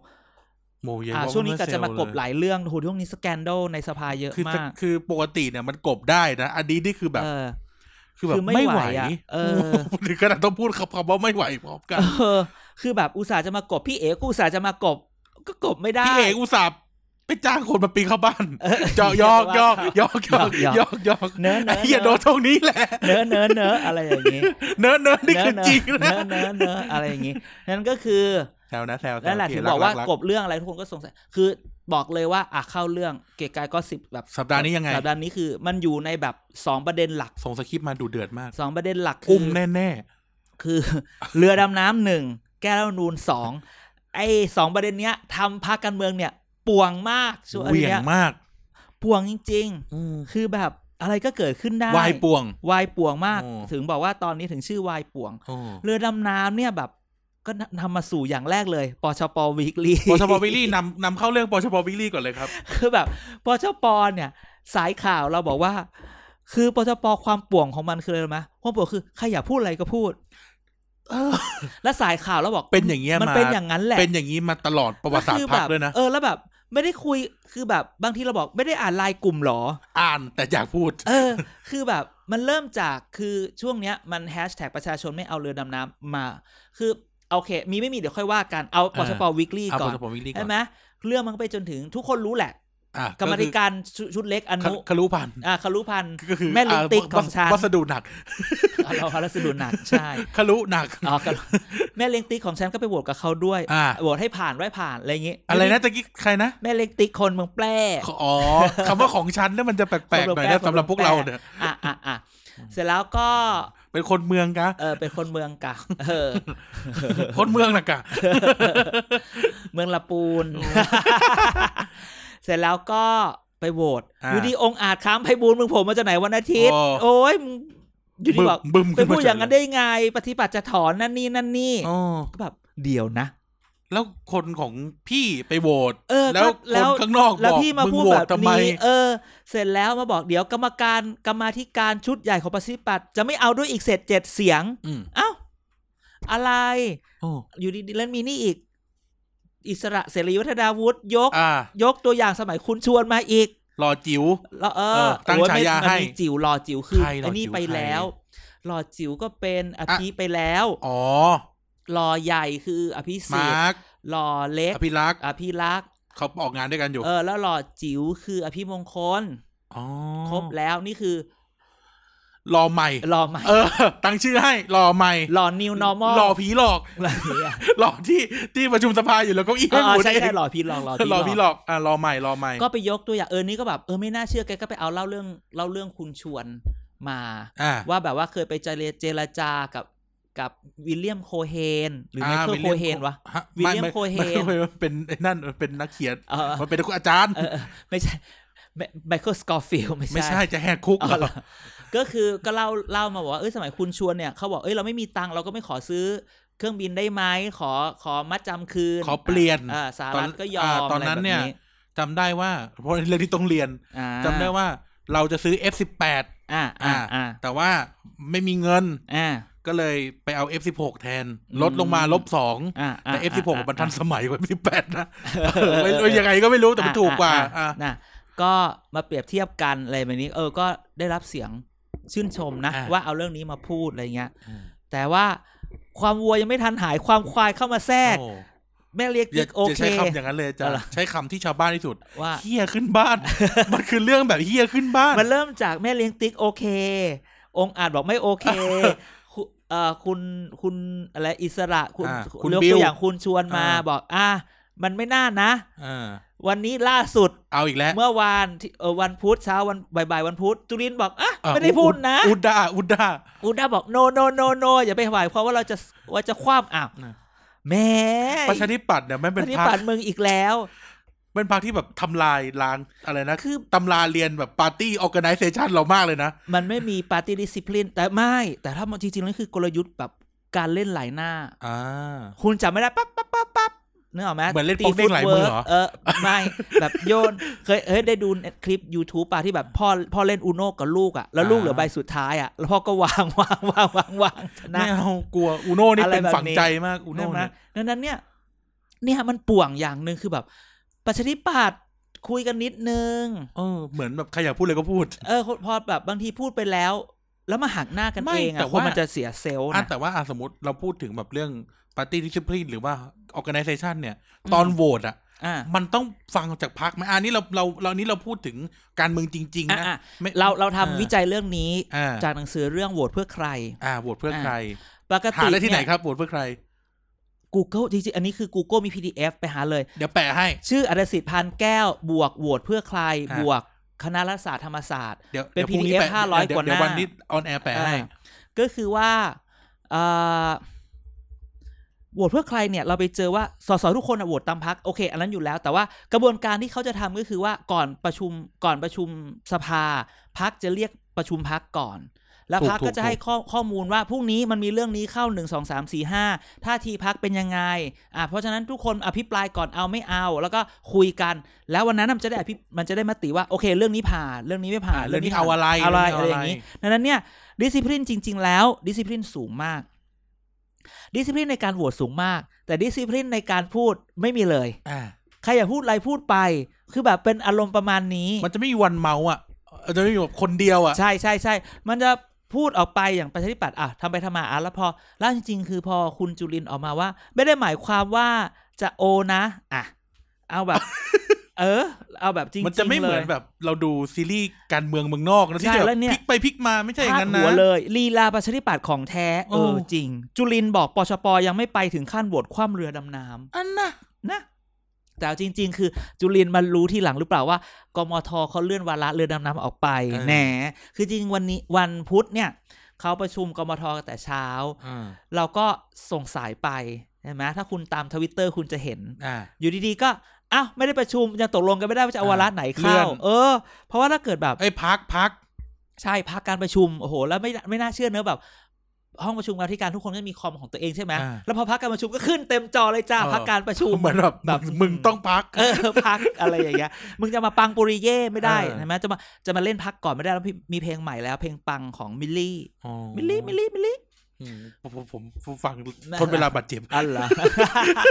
โมเย
อ่าช่วงนี้ก็จะมากบหลายเรื่องโอ้โหช่วงนี้สแกนโดลในสภาเยอะ
คือ
มาก
คือปกติเนี่ยมันกบได้นะอันนี้นี่คือแบบ
เออ
คือแบบ
คือไม่
ไม่ไห
ไห
ว
วอะเออ
ถึงขนาดต้องพูดคำว่าไม่ไหวพร้อมกัน
เออ คือแบบอุตส่าห์จะมากบพี่เอ๋กูอุตส่าห์จะมากบ ก็กบไม่ได้
พี่เอกอุตส่าห์ไปจ้างคนมาปีนเข้าบ้าน
เออ
หยอกหยอกหยอกหยอกหยอกหยอกหยอก
เนอะเนอะ
ไอ้เหี้ยโดนตรงนี้แหละ
เนอะเนอะเนอะอะไรอย่างงี้
เนอะเนอะนี่คือ
เนอะ
จริง
เน
นะ
อะเนอะเนอะอะไรอย่างงี้นั่นก็คือ
แซวนะแซวซ
นั่นแหละ
โเค
ถึงบอกว่า
รั
กบเรื่องอะไรทุกคนก็สงสัย คือบอกเลยว่าอ่ะเข้าเรื่องเกียรติกายก็สิบแบบ
สัปดาห์นี้ยังไง
สัปดาห์นี้คือมันอยู่ในแบบสองประเด็นหลัก
ส่งสคริปต์มาดูเดือดมาก
สองประเด็นหลักคื
อุ้มแน่
คือ เรือดำน้ำหนึ่งแก้วรัฐธรรมนูนสองไอ้สองประเด็นเนี้ยทำพรรคการเมืองเนี่ยป่วงมากช่วง
ๆเหวี่ยง
เนี้ย
มาก
ป่วงจริง ๆ คือแบบอะไรก็เกิดขึ้นได้
วายป่วง
วายป่วงมาก
โอ้
ถึงบอกว่าตอนนี้ถึงชื่อวายป่วง
โอ้
เรือดำน้ำเนี่ยแบบก็นำมาสู่อย่างแรกเลยปชปวีคลี
ปชปวิลลี่นำนำเข้าเรื่องปชปวิลลี่ก่อนเลยครับ
คือแบบปชปเนี่ย สายข่าวเราบอกว่า คือปชปความป่วงของมันคืออะไรรู้ไหมความป่วงคือใครอยากพูดอะไรก็พูด
เออ
และสายข่าวแล้วบอก
เป็นอย่างเงี้ย
มัน
มา
เป็นอย่างนั้นแหละ
เป็นอย่างนี้มาตลอดประวัติศาสต
แล้
ร์
คือ
พั
แบ
ก
บ
ด้วยนะ
เออแล้วแบบ ไม่ได้คุยคือแบบบางทีเราบอกไม่ได้อ่านไลน์กลุ่มหรอ
อ่านแต่อยากพูด
เออ คือแบบมันเริ่มจากคือช่วงเนี้ยมันแฮชแท็กประชาชนไม่เอาเรือดำน้ำมา คือโอเค มีไม่มีเดี๋ยวค่อยว่ากันเอาปชป
อ่า
วิกฤต
เอา
ก่อ
ป
น
ระสบการณ์วิกฤตก่
ใช่
อน
ไหมเรื่องมันก็ไปจนถึงทุกคนรู้แหละ
อ่ะ
กรรมธิการชุชุดเล็กอ
ก็คื
นุ
อคารุพันธ์
อ่าคารุพันธ์
ก็ คือ
แม่ลิงติกของฉัน
วัสดุหนัก
เอาเราพารัสดุหนักใช่
คารุหนัก
อ๋อคารุแม่เลี้ยงติ๊กของฉันก็ไปโหวตกับเขาด้วย
อ่า
โหวตให้ผ่านไว้ผ่านอะไรอย่างงี้
อะไรนะตะกี้ใครนะ
แม่เลี้ยงติ๊กคนเมืองแปร่
อ๋อคำว่าของฉันเนี่ยมันจะแปลกๆหน่อยนะสำหรับพวกเราเนี่ย
อ่ะอ่ะอ่ะเสร็จแล้วก็
เป็นคนเมืองกะ
เออเป็นคนเมืองกะเออ
คนเมืองน่ะกะ
เมืองละปูน เสร็จแล้วก็ไปโหวต
อ่ะ
อยู่ดีองค์อาจค้างไพบูลย์มึงโผมมาจากไหนวันอาทิตย์
โอ้
โอ้ยมึงอยู่ดีบอก
บึม
ไป
ขึ้ม
พูดอย่างนั้น
เฉ
ได้ไง ปฏิบัติจะถอนนั่นนี่นั่นนี่
อ๋อ
ก็แบบเดี๋ยวนะ
แล้วคนของพี่ไปโหวต
เออ
แล้ว
ก็
ค
แล้
น
ว
ข้างนอก
แล้ว
บอก
พี่มา
มึง
พูด
โหว
แบ
ต
บ
ทำไม
นี้เออ เสร็จแล้วมาบอกเดี๋ยวกรรมการกรรมาธิการชุดใหญ่ของประสิปัตย์จะไม่เอาด้วยอีกเศษเจ็ดเสียง
อืม
เอ้า อะไร
โอ้
อยู่ดีๆแล้วมีนี่อีก อิสระเสรีวัฒนาวุฒิยก
อ่า
ยกตัวอย่างสมัยคุณชวนมาอีก
รอจิ๋ว
แล้วเอ
เอ
อ
อตั้ง
โอ้ย
ฉายา
ไม่
ให้
มันมีจิ๋วรอจิ๋วคือ
ใครหล่อ
ไอ้นี่
จิ๋ว
ไป
ใคร
แล้วรอจิ๋วก็เป็นอภิไปแล้ว
อ๋อ
รอใหญ่คืออภิสิท
มา
ธิ์
ร์ค
รอเล็ก
อภิรักษ์
อภิรักษ์
เขาออกงานด้วยกันอยู่
เออ แล้วรอจิ๋วคืออภิมงคล
อ๋อ
ครบแล้วนี่คือ
รอใหม่
รอใหม่
เออ ตั้งชื่อให้รอใหม่
รอ new normal
รอผีหลอก
อะไรอย่างเงี้ย
หลอกที่ที่ประชุมสภาอยู่แล้วเก็อีก
เออ
หมุน
ใช่
เอง
ใช่รอพี่ลองรอพี่
ร
ล
อ
อง
ผีหลอกอ่ะรอใหม่รอใหม่
ก็ไปยกตัวอย่างเออนี่ก็แบบเออไม่น่าเชื่อแกก็ไปเอาเล่าเรื่องเล่าเรื่องคุณชวนมา
อ่า
ว่าแบบว่าเคยไปเจรเจรจากับกับวิลเลียมโคเฮน หรือไมเคิล
อ่า
โคเฮน
William
วะ
ฮะ
วิลเลียม
ไไ
โคเฮน
ไโคฮเป็นไอ้นั่นเป็นนักเขียน
เออ
มันเป็นอาจารย์
เออเออไม่ใช่ ไมเคิลสกอร์ฟิลไม่
ไม่
ใช่
ใช่จะแหกคุก
เอา
เหรอ
ล่ะก็คือก็เล่าเล่ามาบอกว่าเอ้ยสมัยคุณชวนเนี่ยเขาบอกเอ้ยเราไม่มีตังค์เราก็ไม่ขอซื้อเครื่องบินได้ไหมขอขอมัดจำคืน
ขอเปลี่ยน
อ่าสหรัฐก็ยอม
อ่าตอนนั้นเนี่ย จำได้ว่าเพราะเรื่องที่ต้องเรียนจำ
จำ
ได้ว่าเราจะซื้อ F18
อ่าอ่าอ่า
แต่ว่าไม่มีเงิน
อ่า
ก็เลยไปเอา F16 แทน
อืม
ลดลงมาลบสอง
อ่า
แต่ F16
อ่า
มันทันสมัยกว่า F18 นะ
เออ
ไม่
เอ
ไม่
อ
ยังไง ก็ไม่รู้แต่มันถูกกว่า
อ่ะอ่ะ
อ่ะ
นะก็มาเปรียบเทียบกันอะไรแบบนี้เออก็ได้รับเสียงชื่นชมนะ
อ่ะ
ว่าเอาเรื่องนี้มาพูดอะไรเงี้ย แต่ว่าความวัวยังไม่ทันหายความควายเข้ามาแทรก
โอ้
แม่เรียก
อย่า
ติ๊กโอ
อย่า
เค
ใช้คำอย่างนั้นเลยอาจ้ะ
เอาล่ะ
ใช้คำที่ชาวบ้านที่สุด
ว่า
เฮียขึ้น บ้าน มันคือเรื่องแบบเฮียขึ้นบ้าน
มันเริ่มจากแม่เลี้ยงติ๊กโอเค องค์อาจบอกไม่โอ เคคุณเอ่อคุณคุณอะไรอิสระคุณ
อ่า
คุณ
คุณ
ยก
บิ
ตัว วอย่างคุณชวนมา
อ่า
บอกอ่ะมันไม่น่านะ
อ่า
วันนี้ล่าสุด
เอาอีกแล้ว
เมื่อวานที่เอ่อวันพุธเช้าวันบ่ายๆวันพุธจุลินทร์บอกอ่ะ
อ่ะ
ไม่ได้พูดนะ
อุดดาอุดดา
อูด้าบอกโนโนโนโนอย่าไปหวายความว่าเราจะว่าจะคว่ำอ้าว
นะ
แหม่
ประชาธิปัตย์เนี่ยมันเป็น
ปฏิ
พรรค
ปัติมึงอีกแล้ว
เป็นพรรคที่แบบทำลายล้างอะไรนะ
คือ
ตำราเรียนแบบปาร์ตี้ออแกไนเซชันเรามากเลยนะ
มันไม่มีปาร์ตี้ดิสซิ l ลินแต่ไม่ แต่ถ้ามันจริงๆแล้วคือกลยุทธ์แบบการเล่นหลายหน้า
อ่า
คุณจำไม่ได้ปั๊บปั๊บปั๊บปั๊บนึกออกไหม
เหมือนเล่น
ตี
Pong เด้งหลายมือเหรอ
footwork เออไม่ แบบโยนเคยเอ้ยได้ดูคลิป YouTube ป่ะที่แบบพ่อพ่อเล่นอูโนกับลูกอ่ะแล้วลูกเหลือใบสุดท้ายอ่ะแล้วพ่อก็วางวางวางวางวางชนะ
ไม่เอากลัวอูโน่นี่
อะไร
เป็น
แบบ
ฝัง
นี้
ใจมากอู
ใช่
โน่
ไหมดั
เนี่ย
งนั้นเนี่ย เนี่ยมันป่วงอย่างหนึ่งคือแบบ ประชาธิปัตย์คุยกันนิดนึง
เออเหมือนแบบใครอยากพูดเลยก็พูด
เออพอแบบบางทีพูดไปแล้ว แล้วมาหักหน้ากัน
ไม่
เอง
แต่
อ่ะค
ว่า
นมันจะเสียเซลล์
อ่ะ
นะ
แต่ว่าอ่ะสมมติเราพูดถึงแบบเรื่องปาร์ตี้ดิสซิ l ลินหรือว่าออแกไนเซชันเนี่ย ตอน
อืม
โหวตอ่ะ
อ่า
มันต้องฟังจากพักไหมอันนี้เราเราเรานี้เราพูดถึงการเมืองจริง ๆ นะ
อ่ะ
ไม่
เราเรา
อ่
ทำวิจัยเรื่องนี้
อ่า
จากหนังสือเรื่องโหวตเพื่อใคร
อ่าโหวตเพื่อใคร
ปก
หา
ติ
ได้ที่ไหน
เย
ครับโหวตเพื่อใคร
Google จริงๆอันนี้คือ Google มี PDF ไปหาเลย
เดี๋ยวแปะให้
ชื่ออรสิทธิ์พานแก้ว บวกโหวตเพื่อใคร
อ่ะ
บวกคณะรัฐศาสตร์ธรรมศาสตร์
เดี๋ยว
เป็น
ดี๋ยวพรุ่งนี้
PDF
แปะ
500
เดี๋ย
กว่าหน้า
เดี๋ยววันนี้ออนแอร์แปะให้
อ่าก็คือว่าเอ่อโหวตเพื่อใครเนี่ย เราไปเจอว่าสสทุกคนอะโหวตตามพักโอเค อันนั้นอยู่แล้ว แต่ว่ากระบวนการที่เขาจะทำก็คือว่าก่อนประชุมก่อนประชุมสภาพักจะเรียกประชุมพักก่อน แล้ว
ถูก
พัก
ถู
ก็
ก
จะ
ถูก
ให้ข้อข้อมูลว่าพรุ่งนี้มันมีเรื่องนี้เข้าหนึ่งสองสามสี่ห้าท่าทีพักเป็นยังไงอ่ะเพราะฉะนั้นทุกคนอภิปรายก่อนเอาไม่เอา แล้วก็คุยกัน แล้ววันนั้นน่ะมันจะได้อภิมันจะได้มติว่าโอเค เรื่องนี้ผ่านเรื่องนี้ไม่ผ่าน
อ่าเรื่องนี้เอาอะไร
เอาอะไร
เรื่
อะไร
ง
อย่างนี้ ดังนั้นเนี่ยดิสซิ p ลินจริง ๆ แล้วดิสซิ p ลินสูงมาก ดิสซิ п ลินในการโหวตสูงมาก แต่ดิสซิ п ลินในการพูดไม่มีเลย
อ่า
ใครอยากพูดอะไรพูดไป คือแบบเป็นอารมณ์ประมาณนี้
มันจะไม่มีวันเมาอ่ะเออจะไม่มีแบบคนเดียวอ่ะ
ใช่ใช่ใช่ มันจะพูดออกไปอย่างประชาธิปัตย์อ่ะทำไปทำมาอ่ะแล้วพอ แล้วจริงๆ คือพอคุณจุลินทร์ออกมาว่า ไม่ได้หมายความว่าจะโอนะอ่ะเอา แบบ เออ เอาแบบจริงๆ
มันจะไม่เหมือน
ลย
แบบเราดูซีรีส์การเมืองเมืองนอกนะที่
ใช่
จะแบ
แล้
บ
วเนี่ย
พลิกไปพลิกมาไม่ใช่อย่า
พาง ด
นั้น
หัว
นะ
เลยลีลาประชาธิปัตย์ของแท้ เออ
โอ้
จริง จุลินทร์บอกปชปยังไม่ไปถึงขั้นโหวตคว่ำเรือดำน้ำ
อันน่ะ
นะแต่เอาจริง ๆ คือจุลินมารู้ทีหลังหรือเปล่าว่า กมทเขาเลื่อนวาระเรือดำน้ำออกไป
เออ
แหนคือจริงๆวันนี้วันพุธเนี่ยเขาประชุมกมทกันแต่เช้า
อ่า
เราก็ส่งสายไปใช่ไหมถ้าคุณตามทวิตเตอร์คุณจะเห็น
อ่า
อยู่ดีๆก็อ้าวไม่ได้ประชุมยังตกลงกันไม่ได้ว่าจะเอาวาระไหน
เลื่
เข้า
อน
เออ เพราะว่าถ้าเกิดแบบ
ไอ้ยพักพัก
ใช่พักการประชุมโอ้โห แล้วไม่ไม่น่าเชื่อเนอะแบบ ห้องประชุมกรรมาธิการทุกคนก็มีคอมของตัวเองใช่ไหม
อ่า
แล้วพอพักการประชุมก็ขึ้นเต็มจอเลยจ้า
เออ
พักการประ ชุม
เหมือนแบบ
แบบ
มึงมึงต้องพัก
เออพักอะไรอย่างเงี้ย มึงจะมาปังปุริเย่ไม่ได้
เออ
ใช่ไหมจะมาจะมาเล่นพักก่อนไม่ได้แล้วพี่มีเพลงใหม่แล้ว เพลงปังของมิลลี่
อ๋อ
มิลลี่มิลลี่มิลลี่
อืมผมผมผมฟัง
นะ
ทนเวลาบาดเจ็บ
อันเหรอ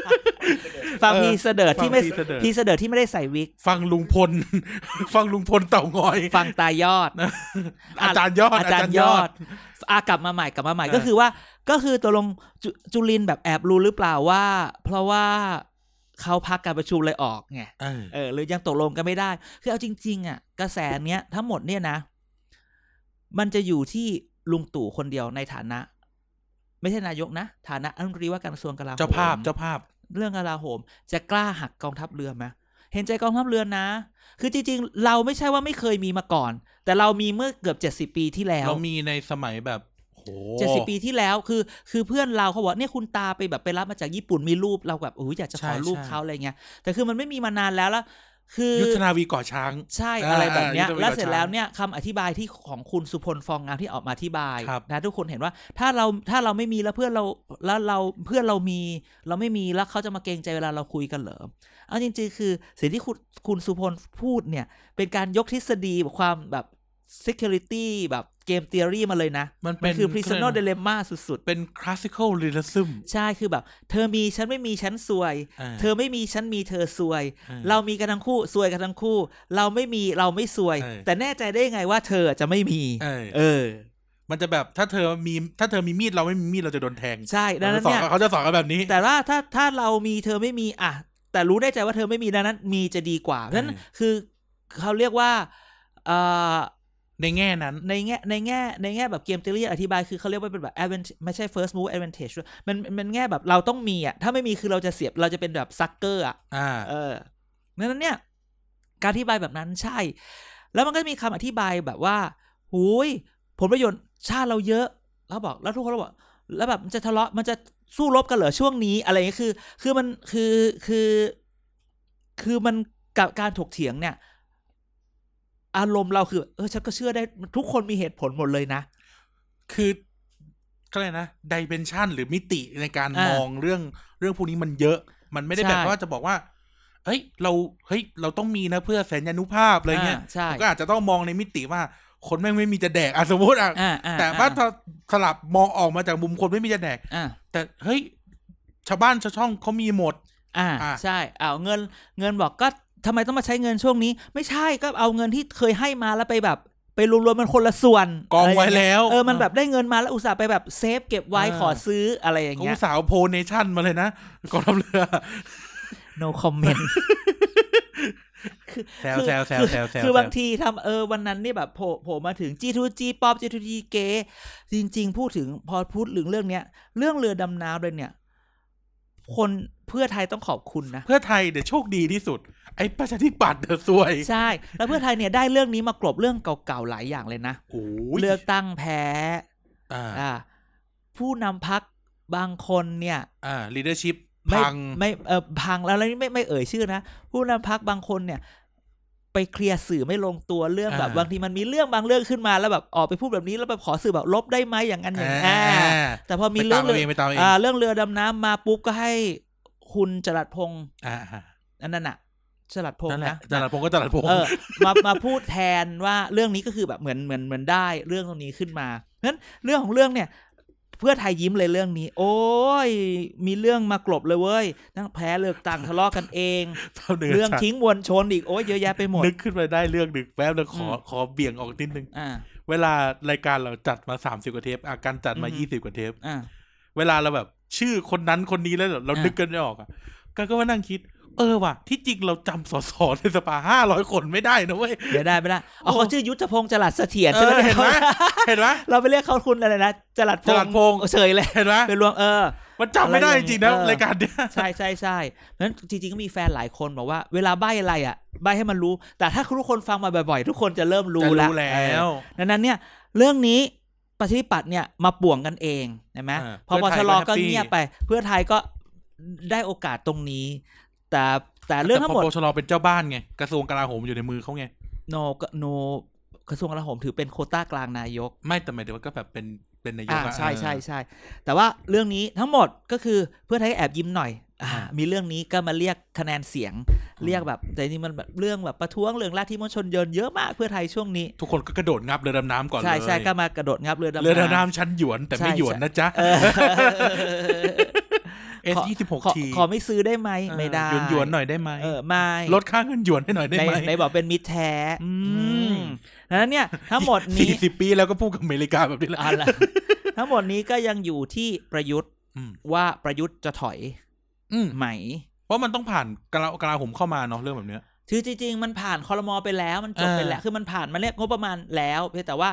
ฟังพีเสดิร์ดที่ไม่
ฟังพีเสดิร์ด
พีเสดิร์ดที่ไม่ได้ใส่วิก
ฟังลุงพล ฟังลุงพลเต่างอย
ฟังตายอด
อาจารย์ยอด
อาจารย์ยอดอากลับมาใหม่กลับมาใหม่
เออ
ก็คือว่า ก็คือตกลงจจุลินแบบแอบรู้หรือเปล่าว่า เพราะว่าเขาพักการประชุมเลยออกไง
เออ
เออหรือยังตกลงกันไม่ได้ คือเอาจริง ๆ อ่ะ กระแสเนี้ยทั้งหมดเนี่ยนะ มันจะอยู่ที่ลุงตู่คนเดียวในฐานะ ไม่ใช่นายกนะ ฐานะรัฐมนตรีว่าการกระทรวงกลาโหม
เจ้าภาพเจ้าภาพ
เรื่องกลาโหม จะกล้าหักกองทัพเรือไหมเห็นใจกองทัพเรือนะ คือจริง ๆ เราไม่ใช่ว่าไม่เคยมีมาก่อน แต่เรามีเมื่อเกือบเจ็ดสิบ70 ปีที่แล้ว
เรามีในสมัยแบบโห
เจ็ดสิบปีที่แล้วคือ คือเพื่อนเราเขาบอกเนี่ยคุณตาไปแบบไปรับมาจากญี่ปุ่นมีรูปเราแบบโอ้ยอยากจะขอรูปเขาอะไรเงี้ยแต่คือมันไม่มีมานานแล้วแล้วคือ
ยุทธนาวีก่อช้าง
ใช่
อ่า
อะไรแบบเนี้ย
อ่ายุทธวิธี
แล้วเสร็จ
ก่อช้าง
แล้วเนี่ยคำอธิบายที่ของคุณสุพลฟองงามที่ออกมาอธิบาย
ครับ
นะทุกคนเห็นว่าถ้าเราถ้าเราไม่มีแล้วเพื่อนเราแล้วเราเพื่อนเรามี เราไม่มีแล้วเขาจะมาเกรงใจเวลาเราคุยกันเหรอเอาจริงๆคือสิ่งที่คุณคุณสุพลพูดเนี่ย เป็นการยกทฤษฎีความแบบ security แบบเกม theory มาเลยนะ
มัน
มั
เป็น น
คือ prisoner
เรียกว่า
dilemma สุด
เป็น classical realism
ๆ ใช่คือแบบ เธอมีฉันไม่มีฉันซวย
า
เธอไม่มีฉันมีเธอซวย
อ่
เรามีกันทั้งคู่ซวยกันทั้งคู่ เราไม่มีเราไม่ซวย
เออ
แต่แน่ใจได้ยังไงว่าเธอจะไม่มี
เออ
เออ
มันจะแบบถ้าเธอมีถ้าเธอมีมีดเราไม่มีมีดเราจะโดนแทง
ใช่ดังนั้นเนี่ย
เขาจะสอนกันแบบนี้
แต่ว่าถ้าถ้าเรามีเธอไม่มีอ่ะแต่รู้ได้ใจว่าเธอไม่มีดังนั้น มีจะดีกว่าเพราะฉะนั้น
เออ
คือเขาเรียกว่าเอ่อ
ในแง่นั้น
ในแง่ในแง่ในแง่แบบเกมทีรีอธิบายคือเขาเรียกว่าเป็นแบบ advantage ไม่ใช่ first move advantage ด้วยมันมันแง่แบบเราต้องมีอ่ะถ้าไม่มีคือเราจะเสียบเราจะเป็นแบบซักเกอร์อ่ะ
อ่า
เออดังนั้นเนี่ย การอธิบายแบบนั้นใช่ แล้วมันก็มีคำอธิบายแบบว่าหูยผลประโยชน์ชาติเราเยอะ แล้วบอก แล้วทุกคนก็บอก แล้วแบบมันจะทะเลาะ มันจะสู้รบกันเหรอช่วงนี้ อะไรอย่างเงี้ยคือ คือมัน คือ คือ คือมันกับการถกเถียงเนี่ย อารมณ์เราคือ เออ ฉันก็เชื่อได้ ทุกคนมีเหตุผลหมดเลยนะ
คือก็เลยกนะดิเ n นชันหรือมิติในการ
อ่ามม
องเรื่องเรื่องพวกนี้มันเยอะ มันไม่ได้
ใช่
แบบว่าจะบอกว่า เฮ้ย เราเฮ้ยเราต้องมีนะเพื่อแสนยานุภาพอะไรเงี้ย
าใช่
มันก็อาจจะต้องมองในมิติว่า คนแม่งไม่มีจะแดกอ่ะสมมติอ่ะ
อ่อ่
แต่ว่าถ้าสลับมองออกมาจากมุมคนไม่มีจะแดก
อ่า
แต่เฮ้ย ชาวบ้านชาวช่องเขามีหมด
อ่า
อ่ะ
ใช่เอาเงินเงินบอกก็ทำไมต้องมาใช้เงินช่วงนี้ ไม่ใช่ก็เอาเงินที่เคยให้มาแล้วไปแบบ ไปรวมๆมันคนละส่วน
กองไว้
ะรย่าเย
แล้ว
เออมันแบบได้เงินมาแล้วอุตส่าห์ไปแบบเซฟเก็บไว้
เออ
ขอซื้ออะไรอย่าง
เขา
เงี้ย
สาวโพเนชั่นมาเลยนะกองทัพเรือ
no comment
แซวแซวแซวแซวแซว
คือบางทีทำเออวันนั้นนี่แบบโผล่โผล่มาถึง G2G ป๊อป G2G เกจริง ๆ พูดถึงพอพูดถึงเรื่องเนี้ย เรื่องเรือดำน้ำเลยเนี่ย คนเพื่อไทยต้องขอบคุณนะ
เพื่อไทยเดี๋ยวโชคดีที่สุด ไอ้ประชาธิปัตย์เดี๋ยวซวย
ใช่ แล้วเพื่อไทยเนี่ยได้เรื่องนี้มากลบเรื่องเก่าๆหลายอย่างเลยนะ
โอ้ย
เลือกตั้งแพ้
อ่า
อ่า ผู้นำพักบางคนเนี่ย
อ่าลีดเดอร์ชิพ
ไม่
พัง
ไม่เออพังแล้วแล้วนี่ไม่ไม่เอ่ยชื่อนะ ผู้นำพักบางคนเนี่ย ไปเคลียร์สื่อไม่ลงตัวเรื่องแบบ
อ่า
บางทีมันมีเรื่องบางเรื่องขึ้นมาแล้วแบบออกไปพูดแบบนี้แล้วไปขอสื่อแบบลบได้ไหมอย่างนั้นอย่างนี้
อ่า
อ่าแต่พอมี
ไป
เรื่
ตา
อ
ม
ง
เอา
เรื
เอง
อ
ไปตามเอาเอง
อ่าเรื่องเรือดำน้ำมาปุ๊บก็ให้คุณจรัสพงษ์
อ่า
อันนั่นน่ะจรัสพง
นั่น
ษ์
แหละ
นะ
จรัดพงษ์ก็จรัดพงษ์
เออมามาพูดแทนว่าเรื่องนี้ก็คือแบบเหมือนเหมือนเหมือนได้เรื่องตรงนี้ขึ้นมาเพราะฉะนั้นเรื่องของเรื่องเนี่ย เพื่อไทยยิ้มเลยเรื่องนี้ โอ้ย มีเรื่องมากลบเลยเว้ยทั้งแพ้เลือกตั้งทะเลาะกันเอง
เท่าเนื้
เรื่อง
ฉาก
ทิ้งมวลชนอีกโอ้ยเยอะแยะไปหมด
นึกขึ้นมาได้เรื่องหนึ่งแป๊บนึงขอ
อืม
ขอเบี่ยงออกนิดนึง
อ่า
เวลารายการเราจัดมาสามสิบกว่าเทปอาการจัดมา
อือฮึ
ยี่สิบกว่าเทป
อ่า
เวลาเราแบบ ชื่อคนนั้นคนนี้แล้วเรา
อ่ะ
นึกกันไม่ออกอ่ะก็ก็มานั่งคิด เออว่ะที่จริงเราจำสสในสภาห้าร้อยคนไม่ได้นะเว้ย
เดี๋ยวได้ไม่ได้เอา
โอ้
เขาชื่อยุทธพงศ์จรัสเสถียรใช่ไหม
เออเห็นไหม
เขา
เห็นไหม
เราไปเรียกเขาคุณอะไรนะจรัสพง
จรัส
ศ์
พงษ์
เฉยเลย
เห็นไหม
ไปรวมเออ
มันจำไม่ได้จริงๆนะ
เออ
รายการเนี้ย
ใช่ใช่ใช่เพราะฉะนั้นจริงๆก็มีแฟนหลายคนบอกว่า เวลาใบอะไรอ่ะใบให้มันรู้ แต่ถ้าทุกคนฟังมาบ่อยๆ ทุกคนจะเริ่มรู้
จะ
ละ
รู้แล้ว
เออดังนั้นเนี่ย เรื่องนี้ประชาธิปัตย์เนี่ยมาป่วงกันเองใช่ไหม
อ่า
พอป
เพื่อไท
ช
ย
ร
ก็
ก็
happy
เงียบไป เพื่อไทยก็ได้โอกาสตรงนี้ แต่แต่เรื่องทั้งหมด
แต่พปชรเป็นเจ้าบ้านไงกระทรวงกลาโหมอยู่ในมือเขาไง
โนก็โนกระทรวงกลาโหมถือเป็นโควต้ากลางนายก
ไม่แต่หมายถึงว่าก็แบบเป็นเป็นนายก
อ่า
อะ
ใช่ใช่
เออ
ใช่แต่ว่าเรื่องนี้ทั้งหมดก็คือเพื่อไทยแอบยิ้มหน่อยอ่า
อ่ามี
มีเรื่องนี้ก็มาเรียกคะแนนเสียง เรียกแบบแต่จริงๆมันแบบเรื่องแบบประท้วงเรื่องลาที่มวลชนเยินเยอะมากเพื่อไทยช่วงนี้
ทุกคนก็กระโดดงับเรือดำน้ำก่อนเลย
ใช่ใช่ก็มากระโดดงับเรือดำ
เรือดำ
น้
น้ำชั้นหยวนแต่ไม่
ใช่
หยวนนะจ๊ะ
ำเออ
S ยี่สิบหก
ขอ
ที
ขอไม่ซื้อได้ไหมไม่ได้
หยวนหยวนๆหน่อยได้ไหม
เออไม่
ลดค่าเงินหยวนให้หน่อยได้
ใน
ไหม
ในบอกเป็นมิตรแท้
อืม
มดังนั้นเนี่ยทั้งหมดนี้
สี่สิบปีแล้วก็พูดกับอเมริกาแบบนี้แหละ
เอาล่ะทั้งหมดนี้ก็ยังอยู่ที่ประยุทธ์
อืม
ว่าประยุทธ์จะถอย
อืม
ไหม
เพราะมันต้องผ่านกลากลาโหมเข้ามาเนาะเรื่องแบบเนี้ย
คือจริงๆ มันผ่านคอรมอไปแล้ว มันจบ
เออ
ไปแล้ว คือมันผ่านมาเรียกงบประมาณแล้วเพียงแต่ว่า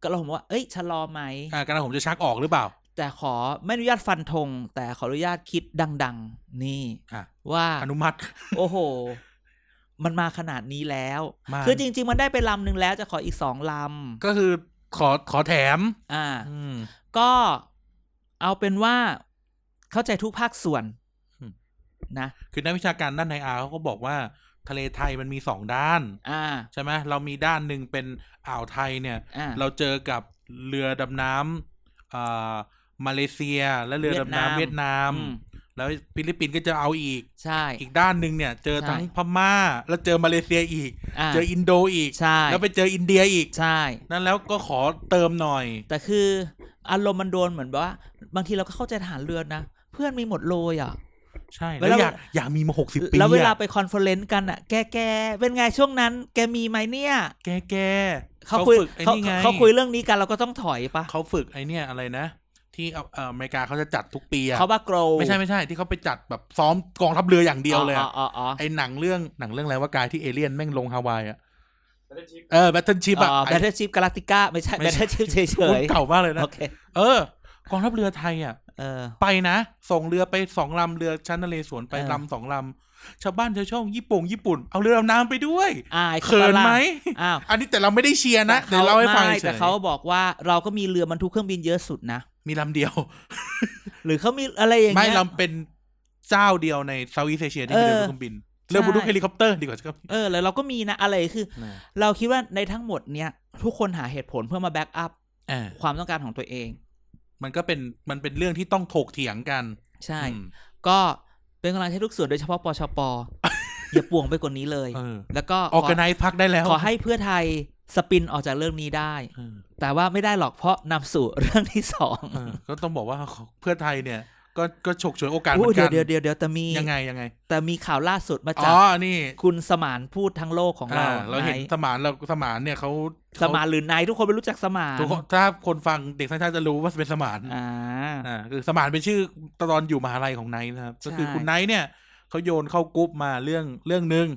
ก็เราผมว่า เอ้ยชะลอไหม
อ่ากลาโหมจะชักออกหรือเปล่า
แต่ขอไม่อนุญาตฟันธงแต่ขออนุญาตคิดดัง ๆ นี่
อ่ะ
ว่า
อนุมัติ
โอ้โห มันมาขนาดนี้แล้ว
มา
คือจริง ๆ มันได้ไปลำหนึ่งแล้วจะขออีกสองล
ก็คือขอขอแถม
ำอ่า
อืม
ก็เอาเป็นว่าเข้าใจทุกภาคส่วน
อืม
นะ
คือนักวิชาการด้านไออาร์เขาก็บอกว่า ทะเลไทยมันมีสองด้าน
อ่า
ใช่ไหมเรามีด้านหนึ่งเป็นอ่าวไทยเนี่ย
อ่า
เราเจอกับเรือดำน้ำอ่ามาเลเซียและเรือดำน้ำ
เวี
เวี
ย
ย
ด
ด
นาน
าม ม แล้วฟิลิปปินส์ก็จะเอาอีก
ใช่
อีกด้านหนึ่งเนี่ย เจอทั้ง
ใช่
พม่า แล้วเจอมาเลเซียอีก
อ่า
เจออินโดอีก
ใช่
แล้วไปเจออินเดียอีก
ใช่
นั่นแล้วก็ขอเติมหน่อย
แต่คืออารมณ์มันโดนเหมือนแบบว่า บางทีเราก็เข้าใจทหารเรือนะ เพื่อนมีหมดเลยอ่ะ
ใช่
เว
แล้
ลา
วอยากอยากมีมาหกสิบปี
แล้วเวลา
อะ
ไปคอนเฟอเรนซ์กันอ่ะ แกแกเป็นไงช่วงนั้น แกมีไหมเนี่ย
แกแก
เขาคุย
ฝึกไอ้
เขา
นี่ไง
เขาคุยเรื่องนี้กันเราก็ต้องถอยปะ
เขาฝึกไอ้เนี่ยอะไรนะ ที่เอาเอ่ออเมริกาเขาจะจัดทุกปีอะ
เขาบ้าโกร
ไม่ใช่ไม่ใช่ที่เขาไปจัดแบบซ้อมกองทัพเรืออย่างเดียวเลยอะ
อ๋ออ๋ออ๋อ
ไอหนังเรื่องหนังเรื่องอะไรว่ากายที่เอเลี่ยนแม่งลงฮาวายอะเออแบทเทิลชิพอะ
แบ
ไอ้
ทเทิลชิพกาลาติก้าไม่ใช่
ไม่
แบ
ใช่
ทเทิลชิพเฉ
โอ้
ย
ยเก่ามากเลย
ๆ
นะ
โอเค
เออ กองทัพเรือไทยอะ
เออ
ไปนะ ส่งเรือไปสองลำเรือชั้นนเรศวรไป
เออ
ลำสองลำชาวบ้านชาวช่องญี่ปุ่งญี่ปุ่น เอาเรือดำน้ำไปด้วย
อาย
เขินไหม
อ้าว
อันนี้แต่เราไม่ได้เชียร์นะเดี๋ยวเล่าให้ฟัง
ไม่
เฉ
แต่
ย
เขาบอกว่าเราก็มีเรือบรรทุกเครื่องบินเยอะสุดนะ
มีลำเดียว
หรือเขามีอะไรอย่าง
ไม่
เงี้ย
ลำเป็นเจ้าเดียวในเซาท์อีสเอเชียที่
เออ
มีเรือเครื่องบิน เรือบรรทุก
ใช่
เฮลิคอปเตอร์ดีกว่าครับ
เออแล้วเราก็มีนะอะไรคือ เราคิดว่าในทั้งหมดเนี่ย ทุกคนหาเหตุผลเพื่อมาแบ็กอัพ
เออ
ความต้องการของตัวเอง
มันก็เป็นมันเป็นเรื่องที่ต้องถกเถียงกัน
ใช่
อืม
ก็เป็นกำลังใจให้ทุกส่วนโดยเฉพาะปช ป อย่าป่วงไปกว่านี้เลย
เออ
แล้วก็
ออกกันไนพักได้แล้ว
ขอให้เพื่อไทยสปินออกจากเรื่องนี้ได้
เออ
แต่ว่าไม่ได้หรอกเพราะนำสู่เรื่องที่สอง
เออก็ต้องบอกว่าเพื่อไทยเนี่ย ก็ก็ฉกฉวยโอกาสเหมื
อู้
อนกั
เดี๋ยวน เดี๋ยวเดี๋ยวเดี๋ยวแต่มี
ยังไงยังไง
แต่มีข่าวล่าสุดมาจา
อ๋
ก
อนี่
คุณสมานพูดทั้งโลกของเรา
อ่าเราเห็น
นาย
สมานเราสมานเนี่ยเขา
สมานหรือนายทุกคนไม่รู้จักสมาน
ทุกคนถ้าคนฟังเด็กทั้งชาติจะรู้ว่าเป็นสมาน
อ่า
อ่าคือสมานเป็นชื่อตอนอยู่มหาลัยของไนท์นะครับ ก็คือ
ใช่
คุณไนท์เนี่ยเขาโยนเข้ากรุ๊ปมาเรื่องเรื่องหนึ่ง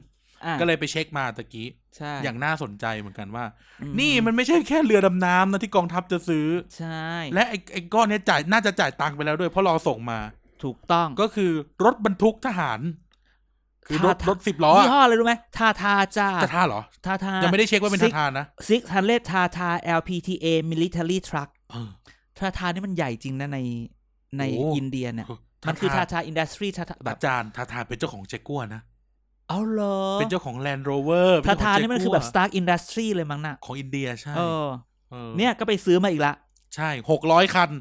อ่ะ
ก็เลยไปเช็คมาตะกี้
ใช่
อย่างน่าสนใจเหมือนกันว่า
อื
นี่มันไม่ใช่แค่เรือดำน้ำนะที่กองทัพจะซื้อ
ใช่
และไอ้ไอ้ก้อนเนี้ยจ่ายน่าจะจ่ายตังค์ไปแล้วด้วยเพราะรอส่งมา
ถูกต้อง
ก็คือรถบรรทุกทหาร คือรถ
ทาทาร
รถสิบล้อ
ยี่
อะ
ห้ออะไรรู้ไหมทาทาจ้า
จะท่าเหรอ
ทาทา
ยั
ยัง
ไม่ได้เช็คว่าเป็นทาทานะ
ซิกทันเลทาทา LPTA military truck
เออ
ทาทานี่มันใหญ่จริงนะในใน
โอ้
อินเดียเนี่ย มันคือทาทาอินดัสทรีทาทาแบ
อา
บ
จารย์ทาทาเป็นเจ้าของเจกัวร์นะ
เอาเล
เป็นเจ้าของแลนด์โรเวอร์
ทาทานี่มันคือแบบ Stark Industry เลยมั้งน่ะ
ของอินเดียใช่
เออ
ออ
เนี่ยก็ไปซื้อมาอีกละ
ใช่หกร้อยคัน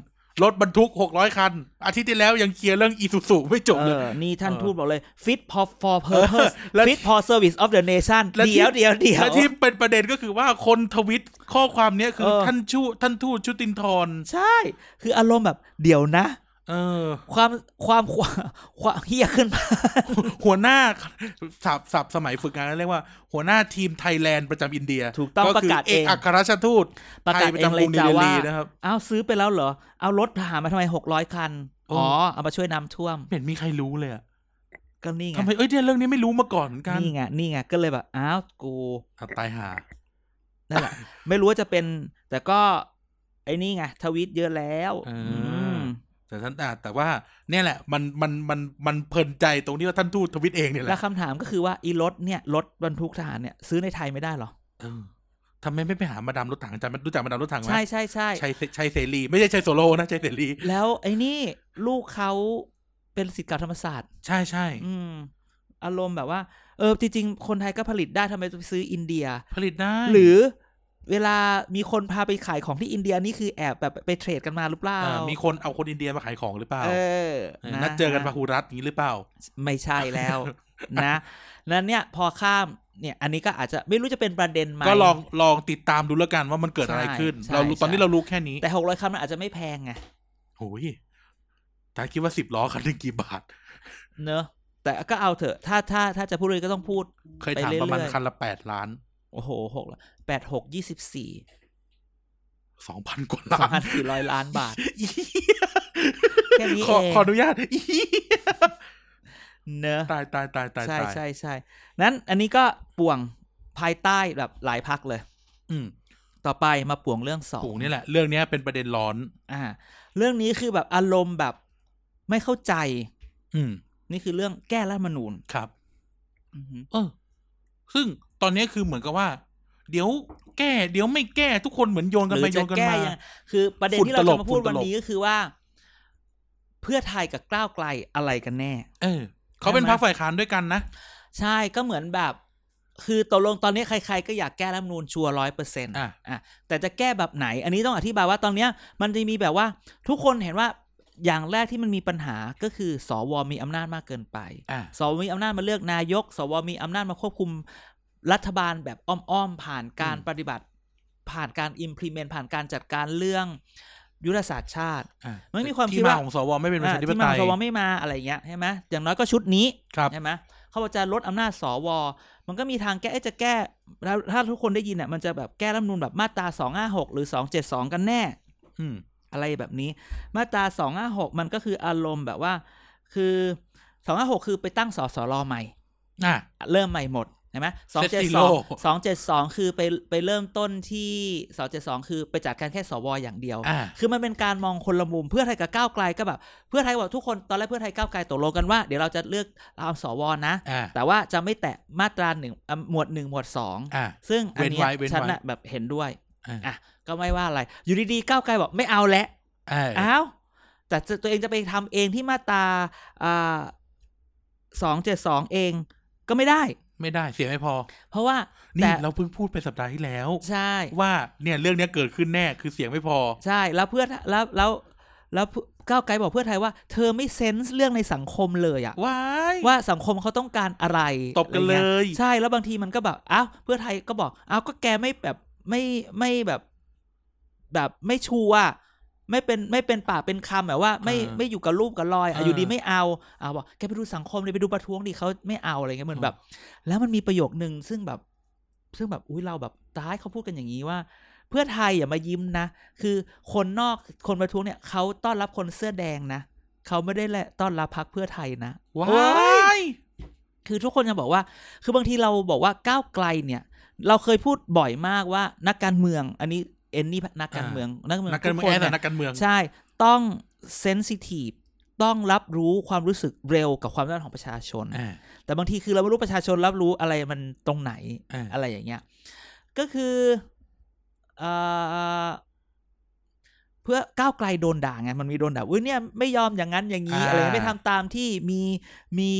รถบรรทุกหกร้อยคัน อาทิตย์ที่แล้วยังเคลียร์เรื่องอี u ู u ไม่จบ
เอ
เลย
อ นี่ท่าน
เออ
ทูตบอกเลย fit for for purpose
แล้ว
fit for service of the nation
และที่
เดี๋ยวเดี๋ยวเดี๋ยว
และที่เป็นประเด็นก็คือว่าคนทวิตข้อความเนี้ยคือ
เออ
ท่านชูท่านทูตชุตินทร
ใช่ คืออารมณ์แบบเดี๋ยวนะ
เออ
ความความ ความความเฮียขึ้นมา
หัวหน้าสับสับสมัยฝึกงานเรียกว่า หัวหน้าทีมไทยแลนด์ประจำอินเดีย
ถูกต้อง
คื
ประกาศเอง
เอกอัครราชทูต
ประกาศ
ไทยป
เอ
จำ
ง
ก
เลย
รุนิ
จ้า
เด
ว่า
ลีนะครับ
อ้าวซื้อไปแล้วเหรอ เอารถทหารมาทำไมหกร้อยคัน
โอ้
อ๋อ เอามาช่วยน้ำท่วม
ไม่เห็นมีใครรู้เลยอะ
ก็นี่ไง
ทำไมเอ้ยเนี่ยเรื่องนี้ไม่รู้มาก่อนเหมือนกัน
นี่ไง นี่ไง ก็เลยแบบ อ้าวกู
อ่ะตายหา
นั่นแหละ ไม่รู้ว่าจะเป็น แต่ก็ ไอ้นี่ไง ทวิตเยอะแล้ว
เอออื
ม
แต่ท่านอ่ะแต่ว่าเนี่ยแหละ มันมันมันมันเพลินใจตรงที่ว่าท่านทูตทวิตเองเนี่ยแห
แล้
ละ
วคำถามก็คือว่าอีรถเนี่ยรถบรรทุกทหารเนี่ยซื้อในไทยไม่ได้เหรอ
เออทำไมไม่ไปหามาดามรถถังอาจารย์รู้จักมาดามรถถังไหม
ใช่ใช่ใช่
ชัยเสชัยเสรี ไม่ใช่ชัยโซโลนะชัยเสรี
แล้วไอ้นี่ลูกเขาเป็นศิษย์เก่าธรรมศาสตร์
ใช่ใช่
อืม อารมณ์แบบว่า เออ จริง ๆ คนไทยก็ผลิตได้ทำไมจะไปซื้ออินเดีย
ผลิตได้
หรือเวลามีคนพาไปขายของที่อินเดียนี่คือแอบแบบไปเทรดกันมาหรือเปล่า
เออมีคนเอาคนอินเดียมาขายของหรือเปล่า
เออ
เออนัดเจอกันพา
ะ
หูรัตอย่างนี้หรือเปล่า
ไม่ใช่แล้ว นะนั้นเนี่ยพอข้ามเนี่ย อันนี้ก็อาจจะไม่รู้จะเป็นประเด็นไหม
ก็ลองลองติดตามดูแล้วกันว่ามันเกิดอะไรขึ้น
ใช่
เรารู้
ใช่
ตอนนี้เรารู้แค่นี้
แต่หกร้อยคำมันอาจจะไม่แพงไง
โอ้ยตาคิดว่าสิบล้อคันหนึ่งกี่บาท
เนอะแต่ก็เอาเถอะ ถ้าถ้าถ้าจะพูดเลยก็ต้องพูด
เคยถาม
ไปเรื่อยๆ
ประมาณคันละแปดล้าน
โอ้โหหกแปดหกยี่สิบสี่
สองพันกว่า
สอง
ล้า
พั
น
นสี่ร้อยล้านบา ท
อี๋
แค่นี้
ขอ
เอง
ขออนุญาต อี๋
เนอะ
ตายตายตายตาย
ใช่
ตาย
ใช่ใช่นั้นอันนี้ก็ป่วงภายใต้แบบหลายพักเลย
อืม
ต่อไปมาป่วงเรื่องสอง
ผูกนี่แหละ เรื่องเนี้ยเป็นประเด็นร้อน
อ่า เรื่องนี้คือแบบอารมณ์แบบไม่เข้าใจ
อืม
นี่คือเรื่องแก้รัฐธรรมนูญ
ครับ
อือฮึ
เออ ซึ่งตอนเนี้ยคือเหมือนกับว่า เดี๋ยวแก้ เดี๋ยวไม่แก้ทุกคนเหมือนโยนกันไป
หรือจะ
โยนกัน
แก้
มา
ยังคือประเด็นที่เราจะมาพูดวันนี้ก็คือว่า เพื่อไทยกับก้าวไกลอะไรกันแน่
เออ เขาเป็น
ใช่ไหม
พรรคฝ่ายค้านด้วยกันนะ
ใช่ก็เหมือนแบบ คือตกลงตอนนี้ใคร ๆ ก็อยากแก้รัฐธรรมนูญชัวร้อยเปอร์เซ็นต์
อ่ะ
อ่ะแต่จะแก้แบบไหน อันนี้ต้องอธิบายว่าตอนเนี้ย มันจะมีแบบว่า ทุกคนเห็นว่าอย่างแรกที่มันมีปัญหาก็คือ สวมีอำนาจมากเกินไป
อ่ะ
สวมีอำนาจมาเลือกนายก สวมีอำนาจมาควบคุมรัฐบาลแบบอ้อมๆผ่านการ
อืม
ปฏิบัติ ผ่านการ implement ผ่านการจัดการเรื่องยุทธศาสตร์ชาติ
อ่ะ
มันมีความคิด
ที่มา
ว่า
ของสวไม่เป็นประชาธิป
ที่
ไต
มาย สวไม่มาอะไรเงี้ยใช่ไหมอย่างน้อยก็ชุดนี้
ครับ
ใช่ไหมเขาบอกจะลดอำนาจสว มันก็มีทางแก้เอ๊ะจะแก้แล้วถ้าทุกคนได้ยินเนี่ยมันจะแบบแก้รัฐธรรมนูลแบบมาตราสองห้าหกหรือสองเจ็ดสองกันแน่
อืม
อะไรแบบนี้ มาตราสองห้าหกมันก็คืออารมณ์แบบว่า คือสองห้าหกคือไปตั้งสสรใหม่
อ่ะ
เริ่มใหม่หมดใช่ไหมสองเจ็ด
Set
สอง
zero
สองเจ็ดสองคือไปไปเริ่มต้นที่สองเจ็ดสองคือไปจัดการแค่สวอย่างเดียว
อ่ะ
คือมันเป็นการมองคนละมุมเพื่อไทยกับก้าวไกลก็แบบ เพื่อไทยบอกทุกคนตอนแรกเพื่อไทยก้าวไกลตกลงกันว่าเดี๋ยวเราจะเลือกเอาสวนะ
อ่ะ
แต่ว่าจะไม่แตะมาตราหนึ่งอ่ะหมวดหนึ่งหมวดสอง
อ่ะ
ซึ่งอันเนี้ย
เว้นไว้เว้นไว้
ฉันน่ะแบบเห็นด้วย
อ่ะ
อ่ะ ก็ไม่ว่าอะไร อยู่ดีๆก้าวไกลบอกไม่เอาแล้ว
อ่ะ
อ้าวแต่จะตัวเองจะไปทำเองที่มาตราสองเจ็ดสองเองก็ไม่ได้
ไม่ได้เสียไม่พอ
เพราะว่า
นี่
แต่
เราเพิ่งพูดไปสัปดาห์ที่แล้ว
ใช่
ว่าเนี่ยเรื่องเนี้ยเกิดขึ้นแน่คือเสียงไม่พอ
ใช่แล้วเพื่อแล้วแล้วแล้วก้าวไกลบอกเพื่อไทยว่า เธอไม่เซนส์เรื่องในสังคมเลยอะ
ว้าย
ว่าสังคมเขาต้องการอะไร
ตบกันเลย
อะไรงี้ใช่แล้วบางทีมันก็แบบอ้าวเพื่อไทยก็บอกอ้าวก็แกไม่แบบไม่ไม่แบบ แบบไม่ชัวร์ไม่เป็นไม่เป็นปากเป็นคำแบบว่า ไม่
เออ
ไม่อยู่กับรูปกับรอยอะ
เอออ
อยู่ดีไม่เอาอ้าวบอกแกไปดูสังคมเลยไปดูประท้วงดิเขาไม่เอาอะไรเงี้ยเหมือนแบบ แล้วมันมีประโยคนึงซึ่งแบบ ซึ่งแบบอุ้ยเราแบบตายเขาพูดกันอย่างนี้ว่า เพื่อไทยอย่ามายิ้มนะ คือคนนอกคนประท้วงเนี่ยเขาต้อนรับคนเสื้อแดงนะเขาไม่ได้แหละต้อนรับพักเพื่อไทยนะ
ว้
โอ้
าย ย
คือทุกคนจะบอกว่า คือบางทีเราบอกว่าก้าวไกลเนี่ย เราเคยพูดบ่อยมากว่านักการเมือง อันนี้เอนนี่นักการเมืองนักการเมือง
นักการเมือง
ทุค
แอน
เนี่ย
นักการเมือง
ใช่ ต้องเซนซิทีฟ ต้องรับรู้ความรู้สึกเร็วกับความต้องการของประชาชน
อ่ะ
แต่บางทีคือเราไม่รู้ประชาชนรับรู้อะไรมันตรงไหน
อ่า
อะไรอย่างเงี้ย ก็คือเอ่อเพื่อก้าวไกลโดนด่าไง มันมีโดนด่าอุ้ยเนี่ยไม่ยอมอย่างนั้นอย่างนี้อะไรเงี้ยไม่ทำตามที่มีมี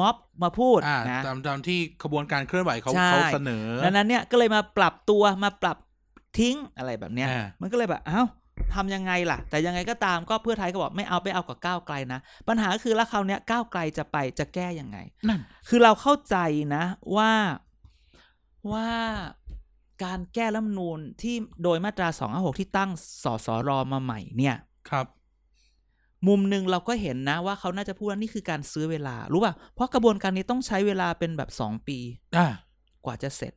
ม็อบมาพูด
อ่ะ
นะ
ตามตามที่ขบวนการเคลื่อนไหวเขา
ใช่
เขาเสนอ
ดังนั้นเนี่ยก็เลยมาปรับตัวมาปรับทิ้งอะไรแบบเนี้ย
อ่ามั
มันก็เลยแบบ เอ้า ทำยังไงล่ะ แต่ยังไงก็ตามก็เพื่อไทยก็บอกไม่เอาไปเอากับก้าวไกลนะ ปัญหาคือแล้วคราวเนี้ยก้าวไกลจะไปจะแก้ยังไง
นั่น
คือเราเข้าใจนะว่าว่าการแก้รัฐธรรมนูญที่โดยมาตรา256ที่ตั้งสสรมาใหม่เนี่ย
ครับ
มุมหนึ่งเราก็เห็นนะว่าเขาน่าจะพูดว่านี่คือการซื้อเวลา รู้ป่ะ เพราะกระบวนการนี้ต้องใช้เวลาเป็นแบบสองปี
อ่า
กว่าจะเสร็จ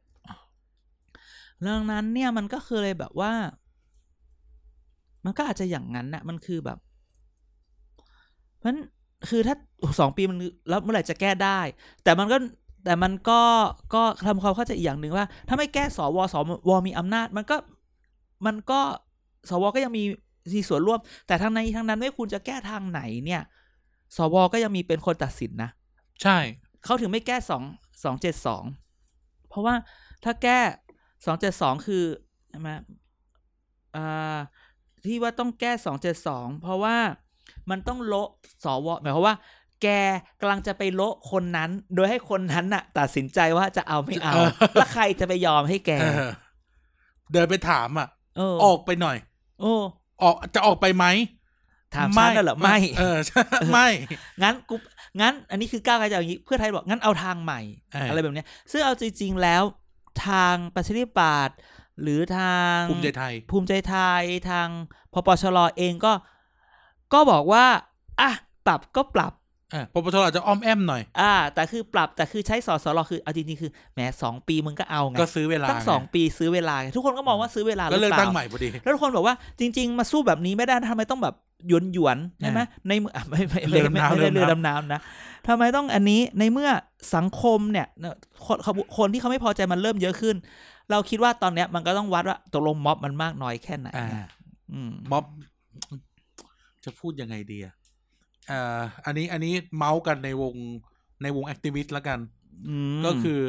ดังนั้นเนี่ยมันก็คือเลยแบบว่า มันก็อาจจะอย่างนั้นนะมันคือแบบมันคือถ้าสองปีมันแล้วเมื่อไหร่จะแก้ได้ แต่มันก็แต่มันก็ก็ทำความเข้าใจอีกอย่างหนึ่งว่า ถ้าไม่แก้สวสวมีอำนาจ มันก็มันก็สวก็ยังมีมีส่วนร่วม แต่ทางในทางนั้นไม่ว่าคุณจะแก้ทางไหนเนี่ย สวก็ยังมีเป็นคนตัดสินนะ
ใช่
เขาถึงไม่แก้สองสองเจ็ดสองเพราะว่าถ้าแก้สองเจ็ดสองคือใช่ไหมอ่าที่ว่าต้องแก้สองเจ็ดสองเพราะว่ามันต้องโละสวหมายความว่า แกกำลังจะไปโละคนนั้น โดยให้คนนั้นน่ะ ตัดสินใจว่าจะเอา ไม่เอา
เออ
แล้วใครจะไปยอม ให้แก
เออ เดินไปถามอ่ะ
เออ
ออกไปหน่อย
โอ้
ออกจะออกไปไหม
ถามฉันน่ะเหรอ ไม่
เออ ใช่ไม่
งั้นกูงั้น อันนี้คือก้าวไกลจะเอาอย่างนี้เพื่อไทยบอกงั้นเอาทางใหม่
เอออ
อะไรแบบเนี้ย ซึ่งเอาจริงๆแล้ว ทางประชาธิปัตย์หรือทาง
ภูมิใจไทย
ภูมิใจไทยทางพปชรเองก็ ก็บอกว่าอ่ะปรับก็ปรับ
เออปปชอาจจะอ้อมแอมหน่อย
อ่า แต่คือปรับแต่คือใช้สอสรคือเอาจริงๆคือแหมสองปีมึงก็เอาไง
ก็ซื้อเวลา
ตั้งสองปีซื้อเวลาไงทุกคนก็มองว่าซื้อเวลาหรื
ก็
อ
เลือก
เป
ตั้
ล่า
งใหม่พอดี
แล้วทุกคนบอกว่าจริง ๆ มาสู้แบบนี้ไม่ได้นะทำไมต้องแบบหยวนหยวนๆใช่ไหมในเมื่อ อ่ะไม่ไม่
เรื
เรือ อ
ดำน้ำ
ไม่ได้
เรื
เรือ อดำ
ดำน้ำ
น้ำนะทำไมต้องอันนี้ในเมื่อสังคมเนี่ยคนขบคนที่เขาไม่พอใจมันเริ่มเยอะขึ้น เราคิดว่าตอนเนี้ยมันก็ต้องวัดว่าตกลงม็อบมันมากน้อยแค่ไหน
อ่า
อืม
ม็อบจะพูดยังไงดีอ่ะเอ่ออันนี้อันนี้เมาส์กันในวงในวงแอคทิวิสต์ละกัน
ม
ก็คือ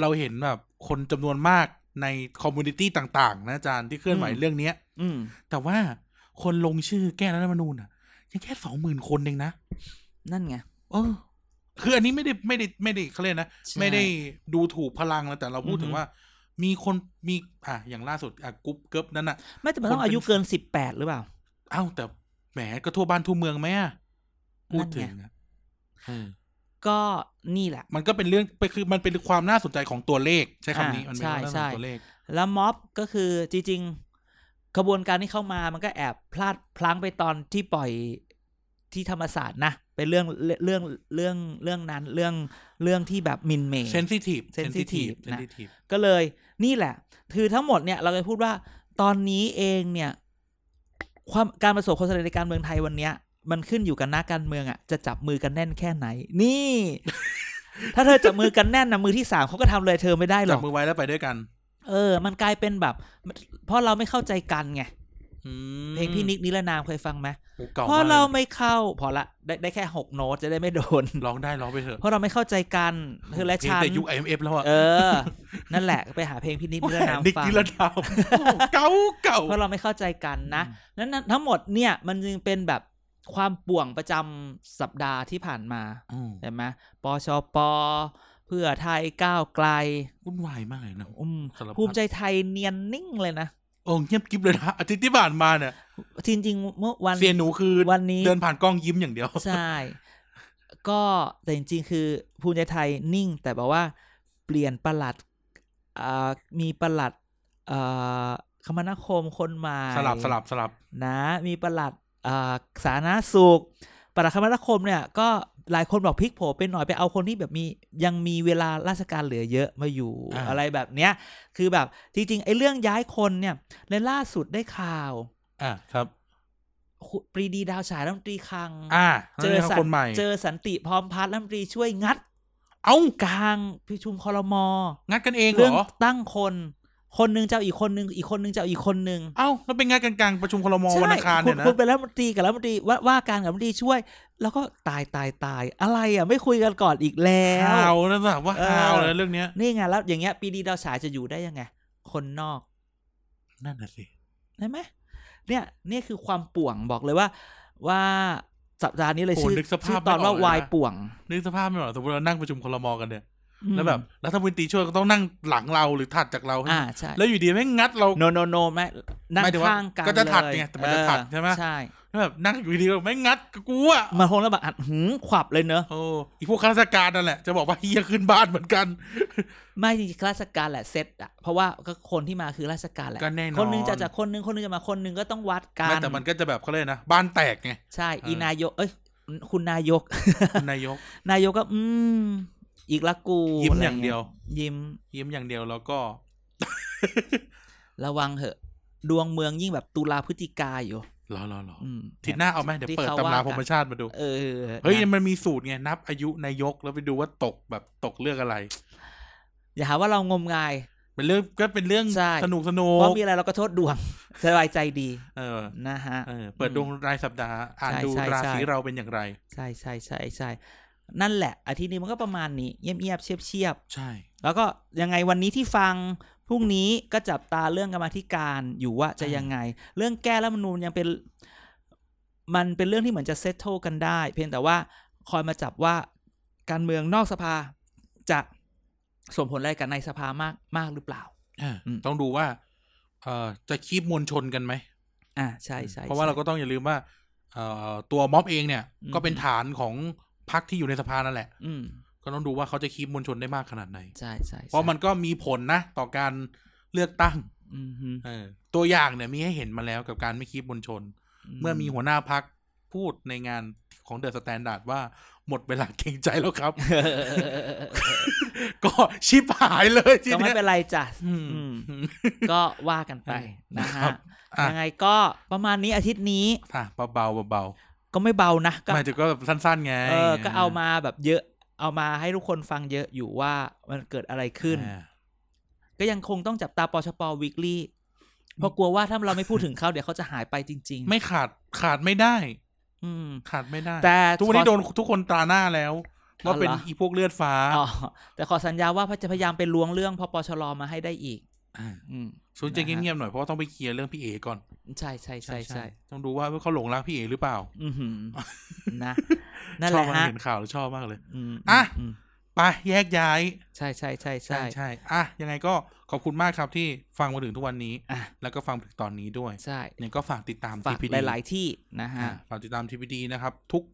เราเห็นแบบคนจำนวนมากในคอมมูนิตี้ต่างๆ นะอาจารย์ที่เคลื่อนไหวเรื่องเนี้ย
ม
แต่ว่าคนลงชื่อแก้รัฐธรรมนูญอ่ะ ยังแค่สองหมื่นคนเองนะ
นั่นไง
เออ คืออันนี้ไม่ได้ไม่ได้ไม่ได้เขาเรียกนะ
ใช่
ไม่ได้ดูถูกพลังนะแต่เราพูดถึง
อือฮึ
ว่า มีคนมีอ่ะอย่างล่าสุดอ่ะกรุ๊ปเกิบนั่นอ่ะ
ไม่แต่มันต้องอายุเกินสิบแปดหรือเปล่า
เอ้าแต่แหมก็ทั่วบ้านทั่วเมืองไหมอะพูดถึงอะเออ
ก็นี่แหละ
มันก็เป็นเรื่องไปคือมันเป็นความน่าสนใจของตัวเลข ใช้คำนี้
อ่า
มันเป็นความน่าสน
ใช่
ใจตัวเลข
แล้วม็อบก็คือจริงๆขบวนการที่เข้ามามันก็แอบพลาดพลั้งไปตอนที่ปล่อยที่ธรรมศาสตร์นะเป็นเรื่องเรื่องเรื่องเรื่องนั้นเรื่องเรื่องที่แบบหมินเหมย์
เซนซิทีฟ
sensitive
เซน
นะ
ซิทีฟ
ก็เลยนี่แหละ คือทั้งหมดเนี่ยเราเลยพูดว่าตอนนี้เองเนี่ย ความการประสบความสำเร็จในการเมืองไทยวันเนี้ย มันขึ้นอยู่กับนักการเมืองอ่ะจะจับมือกันแน่นแค่ไหน นี่ ถ้าเธอจับมือกันแน่นนะมือที่สามเขาก็ทำเลยเธอไม่ได้หร
จั
อบ ก
มือไว้แล้วไปด้วยกัน
เออ มันกลายเป็นแบบ เพราะเราไม่เข้าใจกันไง
อืม
เพลงพี่นิกนิรนามเคยฟังไหม
โอ้เก่า
เพ
ม
ราะ
ก
เราไม่เข้า พอละ ได้ได้แค่หกโน้ตจะได้ไม่โดน
ร้องได้ร้องไปเถอะ
เพราะเราไม่เข้าใจกันเธอและ
เพลง
ฉัน
แต่ยุค IMF แล้วอะ
เออ นั่นแหละก็ไปหาเพลงพี่นิกนิรนาม
นิก
ฟัง
นิรนามโอ้เก่าเก่า
เพราะเราไม่เข้าใจกันนะ
อืม
นั้นนั้นทั้งหมดเนี่ย มันจึงเป็นแบบความป่วงประจำสัปดาห์ที่ผ่านมา
อืม
ใช่ไหมปชปเพื่อไทยก้าวไกล
วุ่นวายมากเลยนะ
อืม
สารพัด
ภูมิใจไทยเนียนนิ่งเลยนะ
โอ้เงียบกริบเลยนะอาทิตย์ที่ผ่านมาเนี่ย
จริงๆเมื่อวัน
เซียนหนูคือ
วันนี้
เดินผ่านกล้องยิ้มอย่างเดียว
ใช่ ก็แต่จริงๆ คือภูมิใจไทยนิ่ง แต่แบบว่าเปลี่ยนประหลัดอ่ามีประหลัดอ่าคมนาคมคนใหม่
สลับสลับสลับ
นะ มีประหลัดอ่าสาธารณสุขประหลัดคมนาคมเนี่ย ก็หลายคนบอกพลิกโผเป็นหน่อยไปเอาคนที่แบบมียังมีเวลาราชการเหลือเยอะมาอยู่
อ่า
อะไรแบบเนี้ย คือแบบจริงๆไอ้เรื่องย้ายคนเนี่ยและล่าสุดได้ข่าว
อ่ะครับ
คุณปรีดีดาวฉายรัฐมนตรีคลัง
อ่า
เจอ
คนใหม่
เจอสันติพร้อมพัฒน์รัฐมนตรีช่วยงัด
เอ้าก
ลางประชุมคอรมอ
งัดกันเองเหร
เรื่อง
อ
ตั้งคน คนหนึ่งจะเอาอีกคนหนึ่งอีกคนหนึ่งจะเอาอีกคนหนึ่ง
เอ้าแล้วเป็นงานกลางๆประชุมคลม
ใช่
วันอังคาร
คุ
เนี่
ณ
ยนะ
คุณเป็นรัฐมนตรีกับรัฐมนตรีว่าว่าการกับรัฐมนตรีช่วย แล้วก็ตายตายตายอะไรอ่ะไม่คุยกันก่อนอีกแล้ว
ข่าวนะแบบว่า
เออ
ข่าวเลยเรื่องเนี้ย
นี่ไงแล้วอย่างเงี้ยปีดีดาวฉายจะอยู่ได้ยังไง คนนอก
นั่นน่ะสิ
ใช่ไหมเนี่ยเนี่ยคือความป่วงบอกเลยว่า ว่าสัปดาห์นี้เลยชื่อชื่อตอนว่าวายป่วง
นึกสภาพไม่ออกสมมติเรานั่งประชุมคลมกันเนี่ย แล้วแบบรัฐมนตรีช่วยก็ต้องนั่งหลังเราหรือถัดจากเราให้
อ่าใช่
แล้วอยู่ดีแม่งงัดเรา
โนโนโนแม่นั่ง
หมายถึงว่า
ข้างกัน
ก็จะถัด
เลย
ไงแต่มันจะถัด
เออ
ใช่ไหม
ใช่
แล้วแบบนั่งอยู่ดีๆแม่งงัดกูอ่ะ
มาคงแล้วแบบอัดหืมขวับเลยเนอะ
โอ้อีพวกข้าราชการนั่นแหละ จะบอกว่าเฮียขึ้นบ้านเหมือนกัน
ไม่จริงๆข้าราชการแหละเซตอ่ะเพราะว่าก็คนที่มาคือราชการแหละ
ก็แน่นอน
คนหนึงจะจากคนหนึงคนหนึงจะมาคนหนึงก็ต้องวัดกั
ไม่
น
แต่มันก็จะแบบเขาเลยกนะ บ้านแตกไง
ใช่
เอออี
อีนายกเอ้ยคุณนายก
คุณนายก
นายกก็อืม อีกละกู
ยิ้ม
ะไร
อย่างเดียว
ยิ้ม
ยิ้มอย่างเดียวแล้วก็
ระวังเหอะ ดวงเมืองยิ่งแบบตุลาพฤศจิกาอยู่
รอรอรอ
อืม
ทีหน้าเอาไหมเดี๋ยวเปิดตำราพรหมชาติมาดู
เออ
เฮ้ย
นะ
มันมีสูตรไง นับอายุนายกแล้วไปดูว่าตกแบบตกเรื่องอะไร
อย่าหาว่าเรางมงาย
เป็นเรื่องก็เป็นเรื่อง
ใช่
สนุกสนุ
เพราะ
ก
มีอะไรเราก็โทษดวง สบายใจดี
เออ
นะฮะ
เออ เปิดดวงรายสัปดาห์ อ่าน
ใช่
ดู
ใช่
ราศี
ใช่
เราเป็นอย่างไร
ใช่ใช่ใช่ใช่นั่นแหละ อาทิตย์นี้มันก็ประมาณนี้เงียบๆเชียบเชียบๆ
ใช่
แล้วก็ยังไงวันนี้ที่ฟังพรุ่งนี้ก็จับตาเรื่องกรรมาธิการอยู่ว่าจะ
ใช่
ยังไง เรื่องแก้รัฐธรรมนูญยังเป็น มันเป็นเรื่องที่เหมือนจะเซตโทกันได้ เพียงแต่ว่าคอยมาจับว่าการเมืองนอกสภาจะส่งผลอะไรกับในสภามากมากหรือเปล่า
อ่า
อืม
ต้องดูว่า เอ่อจะคีบมวลชนกันไหม
อ่าใช่ใช่
เพราะว่าเราก็ต้องอย่าลืมว่าเอ่อตัวม็อบเองเนี่ย
อืม
ก็เป็นฐานของพรรคที่อยู่ในสภานั่นแหละ
อืม
ก็ต้องดูว่าเขาจะคีบมวลชนได้มากขนาดไหน
ใช่ใช่ใช่
เพราะมันก็มีผลนะ ต่อการเลือกตั้ง
อืมฮึ
เออตัวอย่างเนี่ยมีให้เห็นมาแล้วกับการไม่คีบมวลชน เมื่อมีหัวหน้าพักพูดในงานของเดอะสแตนดาร์ดว่าหมดเวลาเกรงใจแล้ว ครับ
เออเออเออเออเออ
ก็ชิบหายเลยที
ก็ไม่
เนี้ย
เป็นไรจ้ะ
อืม
อืม ก็ว่ากันไปนะ
ครั
ฮะ
บอ่ะ
ยังไงก็ประมาณนี้อาทิตย์นี้
อ่ะเบาๆเบา
ก็ไม่เบานะ
ๆ
ก็
ไม่แต่ก็สั้นๆไง
เออ ก็เอามาแบบเยอะ เอามาให้ทุกคนฟังเยอะอยู่ว่ามันเกิดอะไรขึ้น
อ่า
ก็ยังคงต้องจับตาปชปวิกลี่เพราะกลัวว่าถ้าเราไม่พูดถึงเขา เดี๋ยวเขาจะหายไปจริง ๆ
ไม่ขาดขาดไม่ได้
อืม
ขาดไม่ได้
แต่
ทุกวันนี้
ขอ
โดนทุกคนตราหน้าแล้ว ว่าเป็น
อ๋อเหรอ
อีพวกเลือดฟ้า
อ๋อแต่ขอสัญญาว่าจะพยายามไปล้วงเรื่องพปชรมาให้ได้อีก
า
อืม
ส่วนใจะ
นะฮะ
เงียบๆหน่อยเพราะว่าต้องไปเคลียร์เรื่องพี่เอก่อน
ใช่ใช่ใช่ใช่
ต้องดูว่าเขาหลงรักพี่เอหรือเปล่า
อือหือนะนั่น
ช
แห
อบ
ละ
มั
ฮะ
เห็นข่าวแล้วชอบมากเลย
อืม
อ่ะ
ม
ไปแยกย้าย
ใช่ใช่ใช่ใช่
ใช่ใช่อ่ะยังไงก็ขอบคุณมากครับที่ฟังมาถึงทุกวันนี้
อ่ะ
แล้วก็ฟังถึงตอนนี้ด้วย
ใช่
เนี่ยก็ฝากติดตาม
ฝาก
พี
หลาย ๆ ที่นะฮะ
ฝากติดตามทีพีดีนะครับ ทุก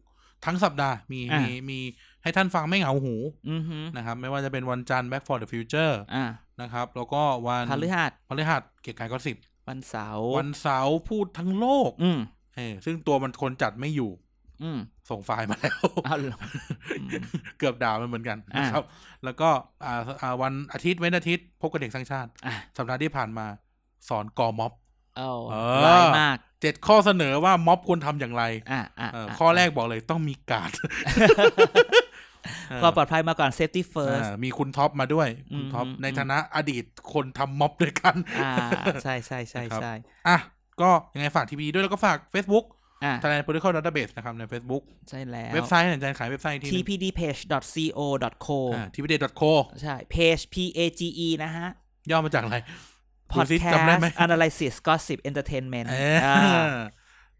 ทั้งสัปดาห์มี
อ่ะ
มีมีให้ท่านฟังไม่เหงาหู
อือหือ
นะครับ ไม่ว่าจะเป็นวันจันทร์ Back for the Future
อ่ะ
นะครับ แล้วก็วัน
พฤหัส
พฤหัสเกียรติกายก็สิบ
วันเสาร์
วันเสาร์พูดทั้งโลก
อืม
เออซึ่งตัวมันคนจัดไม่อยู่
อืม
ส่งไฟล์มาแล้ว
เอาเหรออืม
เกือบด่ามันเหมือนกัน
อ่า
นะครับ แล้วก็อ่าอ่าวันอาทิตย์เว้นอาทิตย์พบกับเด็กสร้างชาติ
อ่ะ
สัปดาห์ที่ผ่านมา สอนกอม็อบ
เอา
เออ
ร้ายมาก
เจ็ดข้อเสนอว่าม็อบควรทำอย่างไร
อ่ะอ่ะ
เออ
อะ
ข้อแรกบอกเลยต้องมีกา รดเออ
ความปลอดภัยมาก่อน safety first
อ่ามีคุณท็อปมาด้วย คุณท็อป
อืม
ในฐานะอดีตคนทำม็อบด้วยกัน
อ่า ใช่ใช่ใช่
นะครับ
ใช่
อ่ะก็ยังไงฝากทีวีด้วยแล้วก็ฝาก Facebook
อ่ะ
t h a i l a n d Political Database นะครับใน Facebook
ใช่แล้ว
เว็บไซต์ไหนอาจารย์ขายเว็บไซต์อีกทีหนึง
tpdpage.co.co
ทีวีเดย์ c
ใช่ page p a g e นะฮะ
ย่อมาจากอะไร ดูสิจำได้
podcast
ไหม
analysis gossip entertainment
เอ
อ่า
อ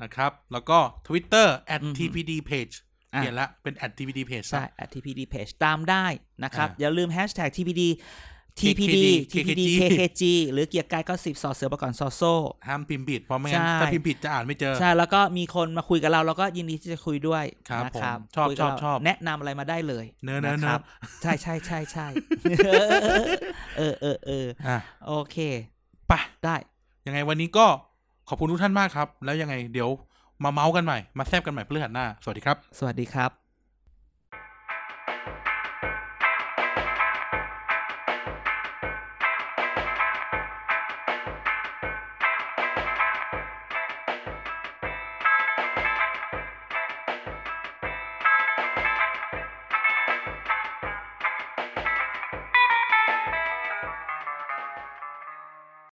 นะครับ แล้วก็ Twitter at
อือหือ
tpd page
อ่ะ
เปลี่ยนละ เป็น at tpd page
ใช่ tpd page ตามได้นะครับ
อ่า
อย่าลืม hashtag tpd tpd tpd
TPD
kkg หรือเกียร์กายก็สิบสอเสือประกอนซอโซ
ห้ามพิมพ์ผิด เพราะไม่งั้น
ใช่
ถ้าพิมพ์ผิดจะอ่านไม่เจอ
ใช่ แล้วก็มีคนมาคุยกับเราเราก็ยินดีที่จะคุยด้วย
ครับ
นะ
ผมชอบ
คุยกับ
ชอบ
เรา
ชอบ
แนะนำอะไรมาได้เลย
เนอะเนอะ
ะ
เน
ค
อะ
รับใช่ใช่ใช่ใช่ เออเออเออ
อ่ะ
โอเค
ไป
ได้
ยังไงวันนี้ก็ขอบคุณทุกท่านมากครับ แล้วยังไงเดี๋ยวมาเมาส์กันใหม่ มาแซบกันใหม่พฤหัสหน้า สวัสดีครับ
สวัสดีครับ